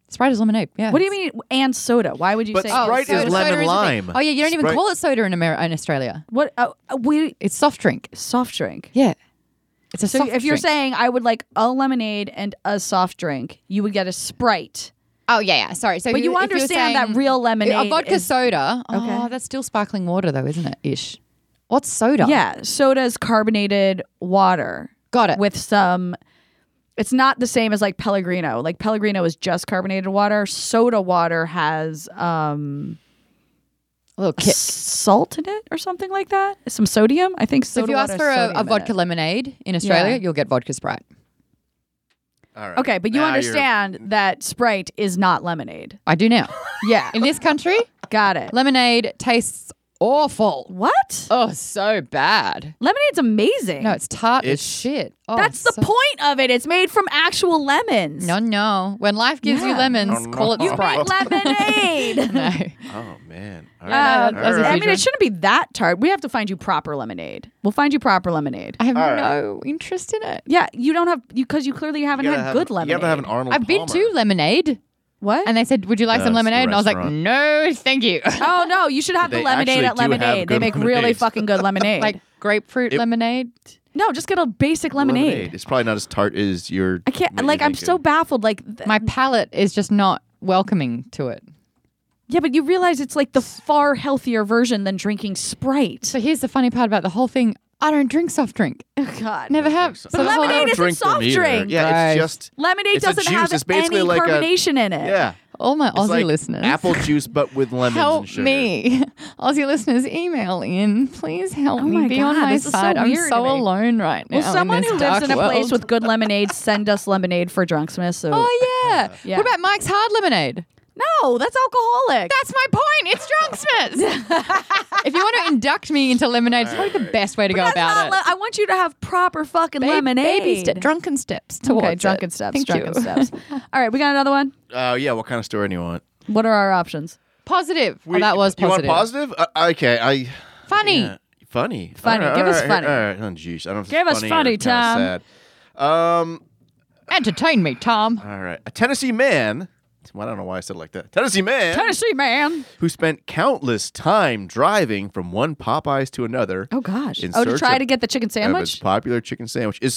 Speaker 4: Sprite is lemonade. Yeah.
Speaker 2: What do you mean and soda? Why would you
Speaker 3: But
Speaker 2: say
Speaker 3: Sprite
Speaker 4: Oh,
Speaker 3: is lemon
Speaker 4: the thing.
Speaker 3: lime.
Speaker 4: Oh yeah, you don't even
Speaker 3: Sprite-
Speaker 4: call it soda in America in Australia.
Speaker 2: what uh, uh, we
Speaker 4: It's soft drink.
Speaker 2: soft drink.
Speaker 4: Yeah. It's a
Speaker 2: So
Speaker 4: soft
Speaker 2: if you're
Speaker 4: drink.
Speaker 2: saying I would like a lemonade and a soft drink, you would get a Sprite.
Speaker 4: Oh yeah, yeah. Sorry. So
Speaker 2: But
Speaker 4: if
Speaker 2: you
Speaker 4: if you're
Speaker 2: understand that
Speaker 4: saying-
Speaker 2: real lemonade
Speaker 4: A vodka
Speaker 2: is-
Speaker 4: soda.
Speaker 2: Okay.
Speaker 4: Oh, that's still sparkling water though, isn't it? Ish. What's soda?
Speaker 2: Yeah, soda is carbonated water.
Speaker 4: Got it.
Speaker 2: With some it's not the same as like Pellegrino. Like Pellegrino is just carbonated water. Soda water has um
Speaker 4: A little kick.
Speaker 2: salt in it or something like that. Some sodium. I think
Speaker 4: So
Speaker 2: soda
Speaker 4: if you
Speaker 2: water
Speaker 4: ask
Speaker 2: has
Speaker 4: for a,
Speaker 2: sodium
Speaker 4: a
Speaker 2: in
Speaker 4: vodka
Speaker 2: it.
Speaker 4: lemonade in Australia,
Speaker 2: Yeah.
Speaker 4: you'll get vodka Sprite.
Speaker 3: All right.
Speaker 2: Okay, but you
Speaker 3: Now you're-
Speaker 2: understand that Sprite is not lemonade.
Speaker 4: I do now.
Speaker 2: Yeah.
Speaker 4: In this country,
Speaker 2: Got it.
Speaker 4: lemonade tastes awful.
Speaker 2: what?
Speaker 4: Oh, so bad.
Speaker 2: Lemonade's amazing.
Speaker 4: No, it's tart
Speaker 3: It's-
Speaker 4: as shit. Oh,
Speaker 2: That's the
Speaker 4: so-
Speaker 2: point of it. It's made from actual lemons.
Speaker 4: No, no. When life gives you
Speaker 2: Yeah.
Speaker 4: lemons, call it Sprite.
Speaker 2: Lemonade.
Speaker 4: no.
Speaker 3: Oh man. All
Speaker 4: Yeah, that- that was
Speaker 3: right. All
Speaker 4: a
Speaker 2: Uh, I
Speaker 3: right.
Speaker 2: mean, it shouldn't be that tart. We have to find you proper lemonade. We'll find you proper lemonade.
Speaker 4: I have
Speaker 3: All right.
Speaker 4: no interest in it.
Speaker 2: Yeah, you don't have you because you clearly haven't
Speaker 3: You
Speaker 2: had
Speaker 3: gotta have-
Speaker 2: good
Speaker 3: You
Speaker 2: lemonade.
Speaker 3: gotta have an Arnold.
Speaker 4: I've been
Speaker 3: Palmer.
Speaker 4: to lemonade
Speaker 2: what?
Speaker 4: and they said, Would you like
Speaker 3: That's
Speaker 4: some
Speaker 3: the
Speaker 4: lemonade? And I was like,
Speaker 3: restaurant.
Speaker 4: No, thank you.
Speaker 2: oh no, you should have the
Speaker 3: They
Speaker 2: lemonade
Speaker 3: actually
Speaker 2: at
Speaker 3: do have
Speaker 2: lemonade. They
Speaker 3: good
Speaker 2: make really
Speaker 3: lemonades.
Speaker 2: fucking good lemonade.
Speaker 4: like grapefruit lemonade.
Speaker 2: no, just get a basic lemonade.
Speaker 3: It's probably not as tart as your.
Speaker 2: I can't. Like I'm so baffled. Like th-
Speaker 4: My palate is just not welcoming to it.
Speaker 2: yeah, but you realize it's like the far healthier version than drinking Sprite.
Speaker 4: So here's the funny part about the whole thing I don't drink soft drink.
Speaker 2: Oh God,
Speaker 4: Never have.
Speaker 3: so.
Speaker 4: So the whole-
Speaker 2: lemonade
Speaker 3: Don't
Speaker 2: isn't
Speaker 3: drink them
Speaker 2: soft
Speaker 3: either.
Speaker 2: drink.
Speaker 3: Yeah,
Speaker 4: Guys.
Speaker 3: it's just.
Speaker 2: lemonade
Speaker 3: It's a
Speaker 2: doesn't
Speaker 3: juice.
Speaker 2: have
Speaker 3: It's
Speaker 2: any
Speaker 3: basically like a-
Speaker 2: carbonation in it.
Speaker 3: Yeah.
Speaker 4: all my
Speaker 3: It's
Speaker 4: Aussie
Speaker 3: like
Speaker 4: listeners.
Speaker 3: Apple juice, but with lemons and
Speaker 4: help
Speaker 3: sugar.
Speaker 4: me. Aussie listeners, email in. Please help
Speaker 2: Oh my
Speaker 4: me. Be on
Speaker 2: God,
Speaker 4: my
Speaker 2: this is so
Speaker 4: side. I'm
Speaker 2: weird to
Speaker 4: so
Speaker 2: me.
Speaker 4: alone right now.
Speaker 2: Well, someone
Speaker 4: this
Speaker 2: who lives
Speaker 4: dark
Speaker 2: in a place
Speaker 4: world.
Speaker 2: with good lemonade, send us lemonade for Drunksmith. So
Speaker 4: Oh yeah.
Speaker 2: Yeah.
Speaker 4: What about Mike's hard lemonade?
Speaker 2: No, that's alcoholic.
Speaker 4: That's my point. It's drunksmiths. if you want to induct me into lemonade, it's probably the best way to go
Speaker 2: That's
Speaker 4: about
Speaker 2: not
Speaker 4: it.
Speaker 2: le- I want you to have proper fucking
Speaker 4: Ba-
Speaker 2: lemonade.
Speaker 4: Baby step, drunken steps towards
Speaker 2: okay,
Speaker 4: it.
Speaker 2: drunken steps.
Speaker 4: Thank
Speaker 2: drunken
Speaker 4: you.
Speaker 2: steps. All right, we got another one.
Speaker 3: Uh, yeah, what kind of story do you want?
Speaker 2: What are our options?
Speaker 4: Positive. oh, that was
Speaker 3: You want
Speaker 4: positive.
Speaker 3: positive? Uh, okay, I
Speaker 4: Funny.
Speaker 3: yeah. funny,
Speaker 2: Funny.
Speaker 3: All right,
Speaker 2: Give
Speaker 3: all
Speaker 2: us
Speaker 3: right,
Speaker 2: funny.
Speaker 3: All right, oh, jeez, I don't. Know if it's
Speaker 2: Give us funny,
Speaker 3: funny,
Speaker 2: Tom.
Speaker 3: Tom. Um,
Speaker 4: Entertain me, Tom.
Speaker 3: all right, a Tennessee man. Well, I don't know why I said it like that. Tennessee man
Speaker 2: Tennessee man.
Speaker 3: who spent countless time driving from one Popeyes to another.
Speaker 2: Oh gosh.
Speaker 3: In
Speaker 2: oh, to
Speaker 3: search
Speaker 2: try
Speaker 3: of-
Speaker 2: to get the chicken
Speaker 3: of its
Speaker 2: sandwich.
Speaker 3: popular chicken sandwich is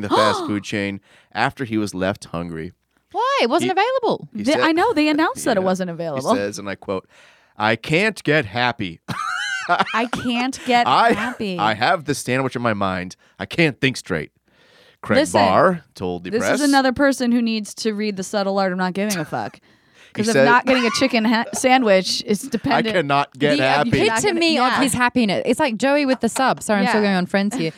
Speaker 3: the fast food chain after he was left hungry.
Speaker 4: Why? It wasn't available.
Speaker 3: He
Speaker 2: They-
Speaker 3: said-
Speaker 2: I know they announced that it
Speaker 3: Yeah.
Speaker 2: wasn't available.
Speaker 3: He says, and I quote, "I can't get happy.
Speaker 2: I can't get
Speaker 3: I
Speaker 2: happy.
Speaker 3: I have this sandwich in my mind. I can't think straight." Craig
Speaker 2: Listen,
Speaker 3: Barr told the
Speaker 2: this
Speaker 3: press.
Speaker 2: is another person who needs to read the subtle art of not giving a fuck. Because
Speaker 3: He
Speaker 2: if
Speaker 3: said-
Speaker 2: not getting a chicken ha- sandwich is
Speaker 3: I
Speaker 2: dependent.
Speaker 3: cannot get
Speaker 2: The- uh,
Speaker 3: happy.
Speaker 2: You're not gonna-
Speaker 4: epitome
Speaker 2: yeah.
Speaker 4: of his happiness. It's like Joey with the sub. Sorry, I'm still
Speaker 2: Yeah.
Speaker 4: going on friends here.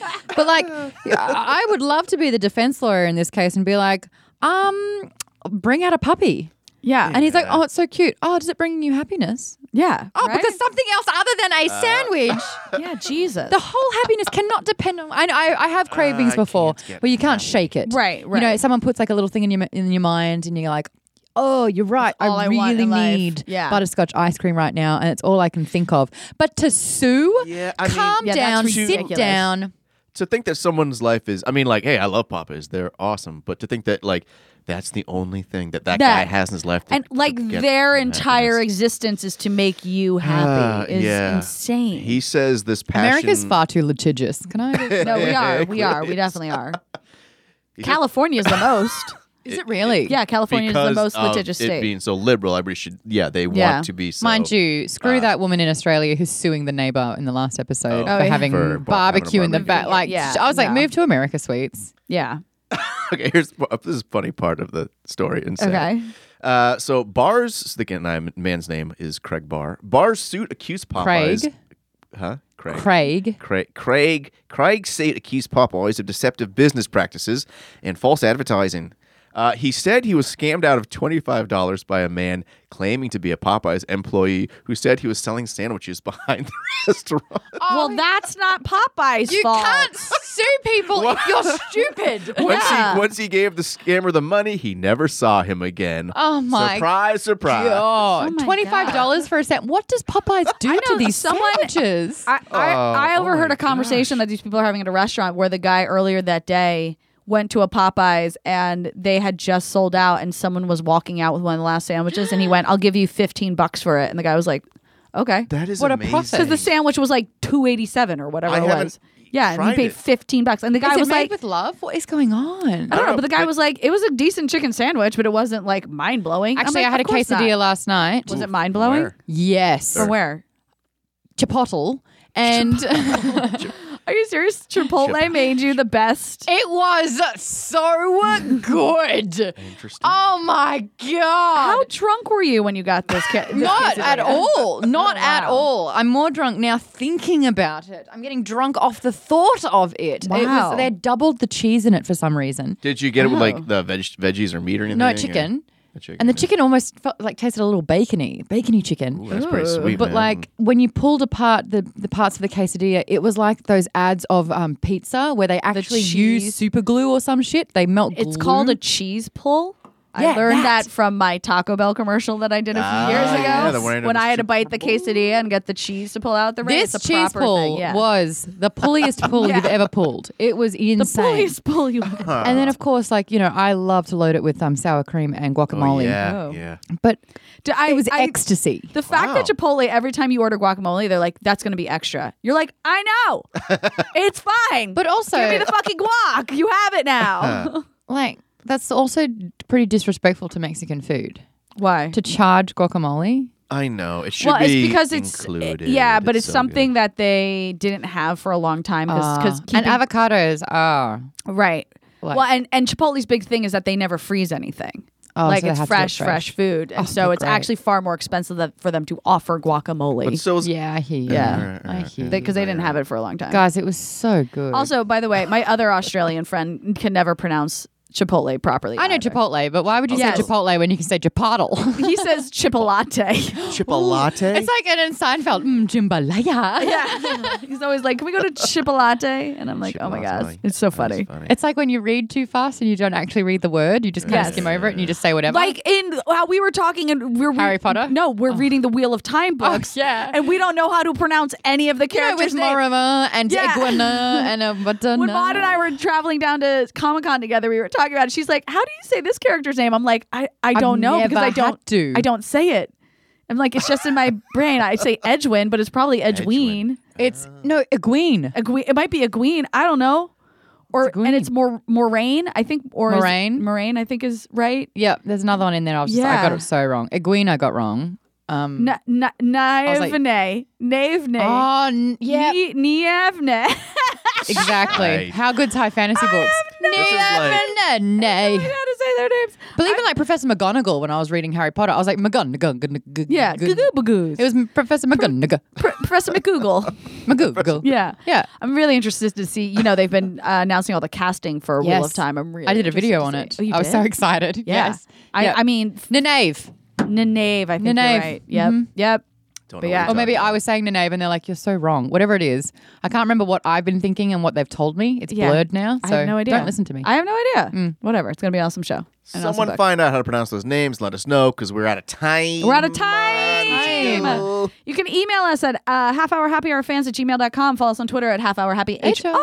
Speaker 4: But like, I I would love to be the defense lawyer in this case and be like, um, bring out a puppy.
Speaker 2: Yeah,
Speaker 4: And he's like, oh, it's so cute. Oh, does it bring you happiness?
Speaker 2: yeah.
Speaker 4: Oh,
Speaker 2: right? Uh,
Speaker 4: because something else other than a sandwich.
Speaker 2: yeah, Jesus.
Speaker 4: The whole happiness cannot depend on. I, I, I have
Speaker 2: Uh,
Speaker 4: cravings
Speaker 3: I
Speaker 4: before
Speaker 3: can't get
Speaker 4: where you can't shake it.
Speaker 2: Right,
Speaker 4: You know,
Speaker 2: right.
Speaker 4: someone puts like a little thing in your in your mind, and you're like, "Oh, you're right.
Speaker 2: all
Speaker 4: I
Speaker 2: I want in
Speaker 4: really
Speaker 2: life."
Speaker 4: need
Speaker 2: Yeah.
Speaker 4: butterscotch ice cream right now, and it's all I can think of." But to sue,
Speaker 3: Yeah, I mean-
Speaker 4: calm
Speaker 2: Yeah, that's
Speaker 4: down, sit
Speaker 2: ridiculous.
Speaker 4: down.
Speaker 3: to think that someone's life is I mean like hey I love Popeyes they're awesome but to think that like that's the only thing that that,
Speaker 2: That-
Speaker 3: guy has in his life to-
Speaker 2: and
Speaker 3: to
Speaker 2: like
Speaker 3: get
Speaker 2: their
Speaker 3: happiness.
Speaker 2: entire existence is to make you happy.
Speaker 3: Ah,
Speaker 2: is
Speaker 3: yeah.
Speaker 2: insane.
Speaker 3: he says this passion
Speaker 4: America's far too litigious. Can I?
Speaker 2: no, we are. We are. We definitely are. California is the most.
Speaker 4: Is it really?
Speaker 2: Yeah, California is the
Speaker 3: because
Speaker 2: most
Speaker 3: of
Speaker 2: litigious
Speaker 3: it
Speaker 2: state.
Speaker 3: being so liberal I really should yeah they
Speaker 2: Yeah.
Speaker 3: want to be so uh,
Speaker 4: Mind you, screw that woman in Australia who's suing the neighbor in the last episode for
Speaker 3: Oh,
Speaker 2: yeah.
Speaker 4: having
Speaker 3: For bar- having a
Speaker 4: barbecue in the
Speaker 3: barbecue.
Speaker 4: back. Like,
Speaker 2: Yeah,
Speaker 4: I was like,
Speaker 2: no.
Speaker 4: move to America, sweets.
Speaker 2: yeah.
Speaker 3: okay here's this is a funny part of the story insane.
Speaker 2: Okay.
Speaker 3: Uh, so Barr's the guy- man's name is Craig Barr. Barr's suit accused Popeyes.
Speaker 4: Craig?
Speaker 3: Huh? Craig.
Speaker 4: Craig.
Speaker 3: Craig Craig Craig Sate accused Popeyes of deceptive business practices and false advertising. Uh, he said he was scammed out of $25 by a man claiming to be a Popeyes employee who said he was selling sandwiches behind the restaurant.
Speaker 2: well, that's not Popeye's
Speaker 4: Oh, You
Speaker 2: fault.
Speaker 4: can't sue people if you're stupid.
Speaker 3: Once,
Speaker 2: Yeah.
Speaker 3: he, once he gave the scammer the money, he never saw him again.
Speaker 4: Oh my
Speaker 3: Surprise, surprise.
Speaker 4: God.
Speaker 2: my
Speaker 4: $25 Oh, for a set. What does Popeyes do to these
Speaker 2: someone-
Speaker 4: sandwiches?
Speaker 2: I, I, I
Speaker 3: Oh, oh
Speaker 2: overheard
Speaker 3: my
Speaker 2: a conversation that these people are having at a restaurant where the guy earlier that day went to a Popeyes and they had just sold out and someone was walking out with one of the last sandwiches and he went, I'll give you 15 bucks for it. And the guy was like, okay.
Speaker 3: That is
Speaker 4: What a
Speaker 3: amazing.
Speaker 4: process.
Speaker 2: Because the sandwich was like 287 or whatever
Speaker 3: I
Speaker 2: it
Speaker 3: haven't
Speaker 2: was. Yeah, and he
Speaker 3: tried
Speaker 2: paid
Speaker 3: it.
Speaker 2: 15 bucks. And the guy
Speaker 4: Is it
Speaker 2: was
Speaker 4: made
Speaker 2: like,
Speaker 4: with love? What is going on?
Speaker 2: I don't know,
Speaker 3: know,
Speaker 2: but the guy
Speaker 3: but-
Speaker 2: was like, it was a decent chicken sandwich, but it wasn't like mind blowing.
Speaker 4: Actually, I had a quesadilla last night.
Speaker 2: Was it mind blowing?
Speaker 3: Where?
Speaker 4: Yes.
Speaker 2: From where?
Speaker 4: Chipotle. And
Speaker 2: Are you serious? Chipotle made you the best.
Speaker 4: it was so good.
Speaker 3: Interesting.
Speaker 4: Oh my God.
Speaker 2: How drunk were you when you got this? Ca- this
Speaker 4: Not
Speaker 2: quesadilla?
Speaker 4: at all. Not at
Speaker 2: Oh, Wow.
Speaker 4: all. I'm more drunk now thinking about it. I'm getting drunk off the thought of it. It
Speaker 2: Wow.
Speaker 4: was, they doubled the cheese in it for some reason.
Speaker 3: Did you get it with
Speaker 2: Oh.
Speaker 3: like the veg- veggies or meat or anything?
Speaker 4: No,
Speaker 3: or-
Speaker 4: chicken.
Speaker 3: The chicken.
Speaker 4: And the
Speaker 3: yeah.
Speaker 4: chicken almost felt like tasted a little bacony, bacony chicken.
Speaker 3: Ooh, that's pretty
Speaker 2: Ooh.
Speaker 3: sweet.
Speaker 4: But
Speaker 3: man.
Speaker 4: like when you pulled apart the, the parts of the quesadilla, it was like those ads of um, pizza where they actually use
Speaker 2: cheese.
Speaker 4: super glue or some shit. They melt.
Speaker 2: It's
Speaker 4: glue.
Speaker 2: called a cheese pull.
Speaker 4: Yeah,
Speaker 2: I learned
Speaker 4: that.
Speaker 2: that. from my Taco Bell commercial that I did a few
Speaker 3: Ah,
Speaker 2: years ago.
Speaker 3: yeah, the one I did
Speaker 2: when
Speaker 3: with
Speaker 2: I had to
Speaker 3: cheese
Speaker 2: bite the quesadilla and get the cheese to pull out the ring.
Speaker 4: This
Speaker 2: it's a
Speaker 4: cheese
Speaker 2: proper thing,
Speaker 4: pull
Speaker 2: yeah.
Speaker 4: was the pulliest pull you've ever pulled. It was
Speaker 2: the
Speaker 4: insane.
Speaker 2: police pull you. out.
Speaker 3: Uh-huh.
Speaker 4: And then, of course, like you know, I love to load it with um, sour cream and
Speaker 3: oh,
Speaker 4: guacamole.
Speaker 3: yeah,
Speaker 2: Oh.
Speaker 3: yeah.
Speaker 4: But
Speaker 2: D- I-
Speaker 4: it was
Speaker 2: I-
Speaker 4: ecstasy.
Speaker 2: The fact that Chipotle, every time you order guacamole, they're like, "That's going to be extra." You're like, "I know, it's fine."
Speaker 4: But also,
Speaker 2: give me the fucking guac. You have it now.
Speaker 4: like that's also pretty disrespectful to Mexican food
Speaker 2: Why?
Speaker 4: to charge guacamole.
Speaker 3: I know it should
Speaker 2: Well,
Speaker 3: be
Speaker 2: it's because it's eh,
Speaker 3: included.
Speaker 2: yeah, but it's,
Speaker 3: so
Speaker 2: something
Speaker 3: good.
Speaker 2: that they didn't have for a long time because
Speaker 4: Ah. and avocados are
Speaker 2: Right.
Speaker 4: Like-
Speaker 2: well, and, and Chipotle's big thing is that they never freeze anything.
Speaker 4: Oh,
Speaker 2: like
Speaker 4: so they
Speaker 2: it's
Speaker 4: have to be
Speaker 2: fresh, fresh,
Speaker 4: fresh. Oh,
Speaker 2: food, and so
Speaker 4: they're
Speaker 2: it's
Speaker 4: great.
Speaker 2: actually far more expensive tha- for them to offer guacamole
Speaker 3: But so is
Speaker 4: yeah, I hear you.
Speaker 2: Yeah.
Speaker 4: I hear you.
Speaker 2: because they didn't have it for a long time.
Speaker 4: guys. It was so good.
Speaker 2: Also, by the way, my other Australian friend can never pronounce Chipotle properly.
Speaker 4: I know
Speaker 2: either.
Speaker 4: Chipotle, but why would you
Speaker 2: Yes.
Speaker 4: say Chipotle when you can say Chipotle?
Speaker 2: He says Chipolate.
Speaker 3: Chipolate.
Speaker 4: It's like in Seinfeld, mm, jambalaya.
Speaker 2: yeah. He's always like, "Can we go to Chipolate?" And I'm like, "Oh my gosh, it's so funny."
Speaker 4: It's like when you read too fast and you don't actually read the word. You just kind
Speaker 2: Yes.
Speaker 4: of skim over it and you just say whatever.
Speaker 2: Like in how we were talking, and we're re-
Speaker 4: Harry Potter?
Speaker 2: No, we're reading the Wheel of Time
Speaker 4: Oh,
Speaker 2: books.
Speaker 4: yeah.
Speaker 2: and we don't know how to pronounce any of the
Speaker 4: you know,
Speaker 2: characters.
Speaker 4: with
Speaker 2: names.
Speaker 4: Mortimer and
Speaker 2: Yeah.
Speaker 4: Iguana and uh, a button.
Speaker 2: when Maud and I were traveling down to Comic Con together, we were talking about it. She's like, "How do you say this character's name?" I'm like, "I, I don't know because
Speaker 4: never
Speaker 2: I don't
Speaker 4: had to.
Speaker 2: I don't say it." I'm like, "It's just in my brain." I say Edwin, but it's probably Edwine.
Speaker 4: It's no Iguine.
Speaker 2: Egwene. It might be Egwene. I don't know. Or
Speaker 4: It's Egwene.
Speaker 2: and it's more Moraine. I think or is-
Speaker 4: Moraine?
Speaker 2: Moraine. I think is right.
Speaker 4: Yeah, there's another one in there. I was just like, I
Speaker 2: Yeah.
Speaker 4: got it so wrong. Iguine, I got wrong. Um,
Speaker 2: Na- na-
Speaker 4: was like-
Speaker 2: Naivne. Naivne.
Speaker 4: Oh, n- yeah,
Speaker 2: Ni- Nievne.
Speaker 4: exactly.
Speaker 3: Right.
Speaker 4: How good's high fantasy books?
Speaker 3: This is like-
Speaker 4: Nay, nay, nay.
Speaker 2: How to say their names?
Speaker 4: But even like Professor McGonagall, when I was reading Harry Potter, I was like McGonagall.
Speaker 2: Yeah.
Speaker 4: It
Speaker 2: Goo-goo-bagoos.
Speaker 4: was Professor McGonagall.
Speaker 2: Pr- Professor McGoogle.
Speaker 4: McGonagall.
Speaker 2: Yeah.
Speaker 4: Yeah.
Speaker 2: I'm really interested to see. You know, they've been uh, announcing all the casting for Wheel
Speaker 4: Yes.
Speaker 2: of Time. I'm really.
Speaker 4: I did a
Speaker 2: interested
Speaker 4: video
Speaker 2: to
Speaker 4: on
Speaker 2: see.
Speaker 4: it.
Speaker 2: Oh, you
Speaker 4: I was
Speaker 2: did?
Speaker 4: so excited.
Speaker 2: Yeah.
Speaker 4: Yes.
Speaker 2: I,
Speaker 4: Yeah.
Speaker 2: I mean,
Speaker 4: Nenave.
Speaker 2: Nenave. I think you're
Speaker 4: Nenave.
Speaker 2: right. Yep.
Speaker 4: Mm-hmm.
Speaker 2: Yep.
Speaker 3: Don't
Speaker 2: but
Speaker 3: know what
Speaker 2: yeah.
Speaker 3: you're
Speaker 2: Or
Speaker 4: Or maybe
Speaker 3: talking
Speaker 4: I was saying Nenave and they're like, you're so wrong. Whatever it is. I can't remember what I've been thinking and what they've told me. It's
Speaker 2: Yeah.
Speaker 4: blurred now. So
Speaker 2: I have no idea.
Speaker 4: don't listen to me. Mm.
Speaker 2: I have no idea. Whatever. It's gonna be an awesome show. An
Speaker 3: about.
Speaker 2: awesome
Speaker 3: Someone
Speaker 2: book.
Speaker 3: find out how to pronounce those names. Let us know because we're out of time.
Speaker 2: We're out of time.
Speaker 3: Time.
Speaker 2: You can email us at uh, halfhourhappyhourfans at gmail.com. Follow us on Twitter at halfhourhappyhr.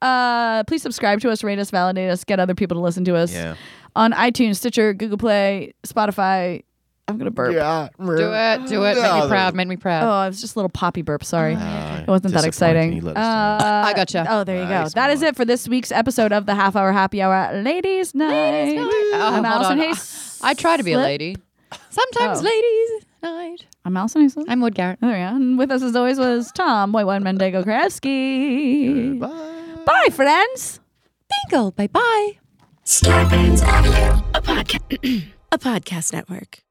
Speaker 2: Uh, please subscribe to us, rate us, validate us, get other people to listen to us
Speaker 3: Yeah.
Speaker 2: on iTunes, Stitcher, Google Play, Spotify. I'm going to burp.
Speaker 3: Yeah.
Speaker 4: do it. Do it. Make me proud. Make me proud.
Speaker 2: Oh, it was just a little poppy burp. Sorry.
Speaker 3: Ah,
Speaker 2: it wasn't that
Speaker 3: disappointing.
Speaker 2: exciting.
Speaker 3: You let us down.
Speaker 2: Uh,
Speaker 4: I gotcha.
Speaker 2: Oh, there you
Speaker 3: Nice
Speaker 2: go. That
Speaker 3: one.
Speaker 2: is it for this week's episode of the Half Hour Happy Hour Ladies Night.
Speaker 4: Oh,
Speaker 2: I'm
Speaker 4: hold
Speaker 2: Allison
Speaker 4: on.
Speaker 2: Hayes.
Speaker 4: I try to be a
Speaker 2: Slip.
Speaker 4: lady. Sometimes
Speaker 2: Oh.
Speaker 4: ladies night.
Speaker 2: I'm Allison Hayes.
Speaker 4: I'm Wood Garrett.
Speaker 2: There we are. And with us, as always, was Tom White Wine Mendego Krevsky.
Speaker 3: Bye.
Speaker 2: Bye, friends.
Speaker 4: Bingo. Bye bye.
Speaker 6: Star Bands Audio, a podcast, a podcast network.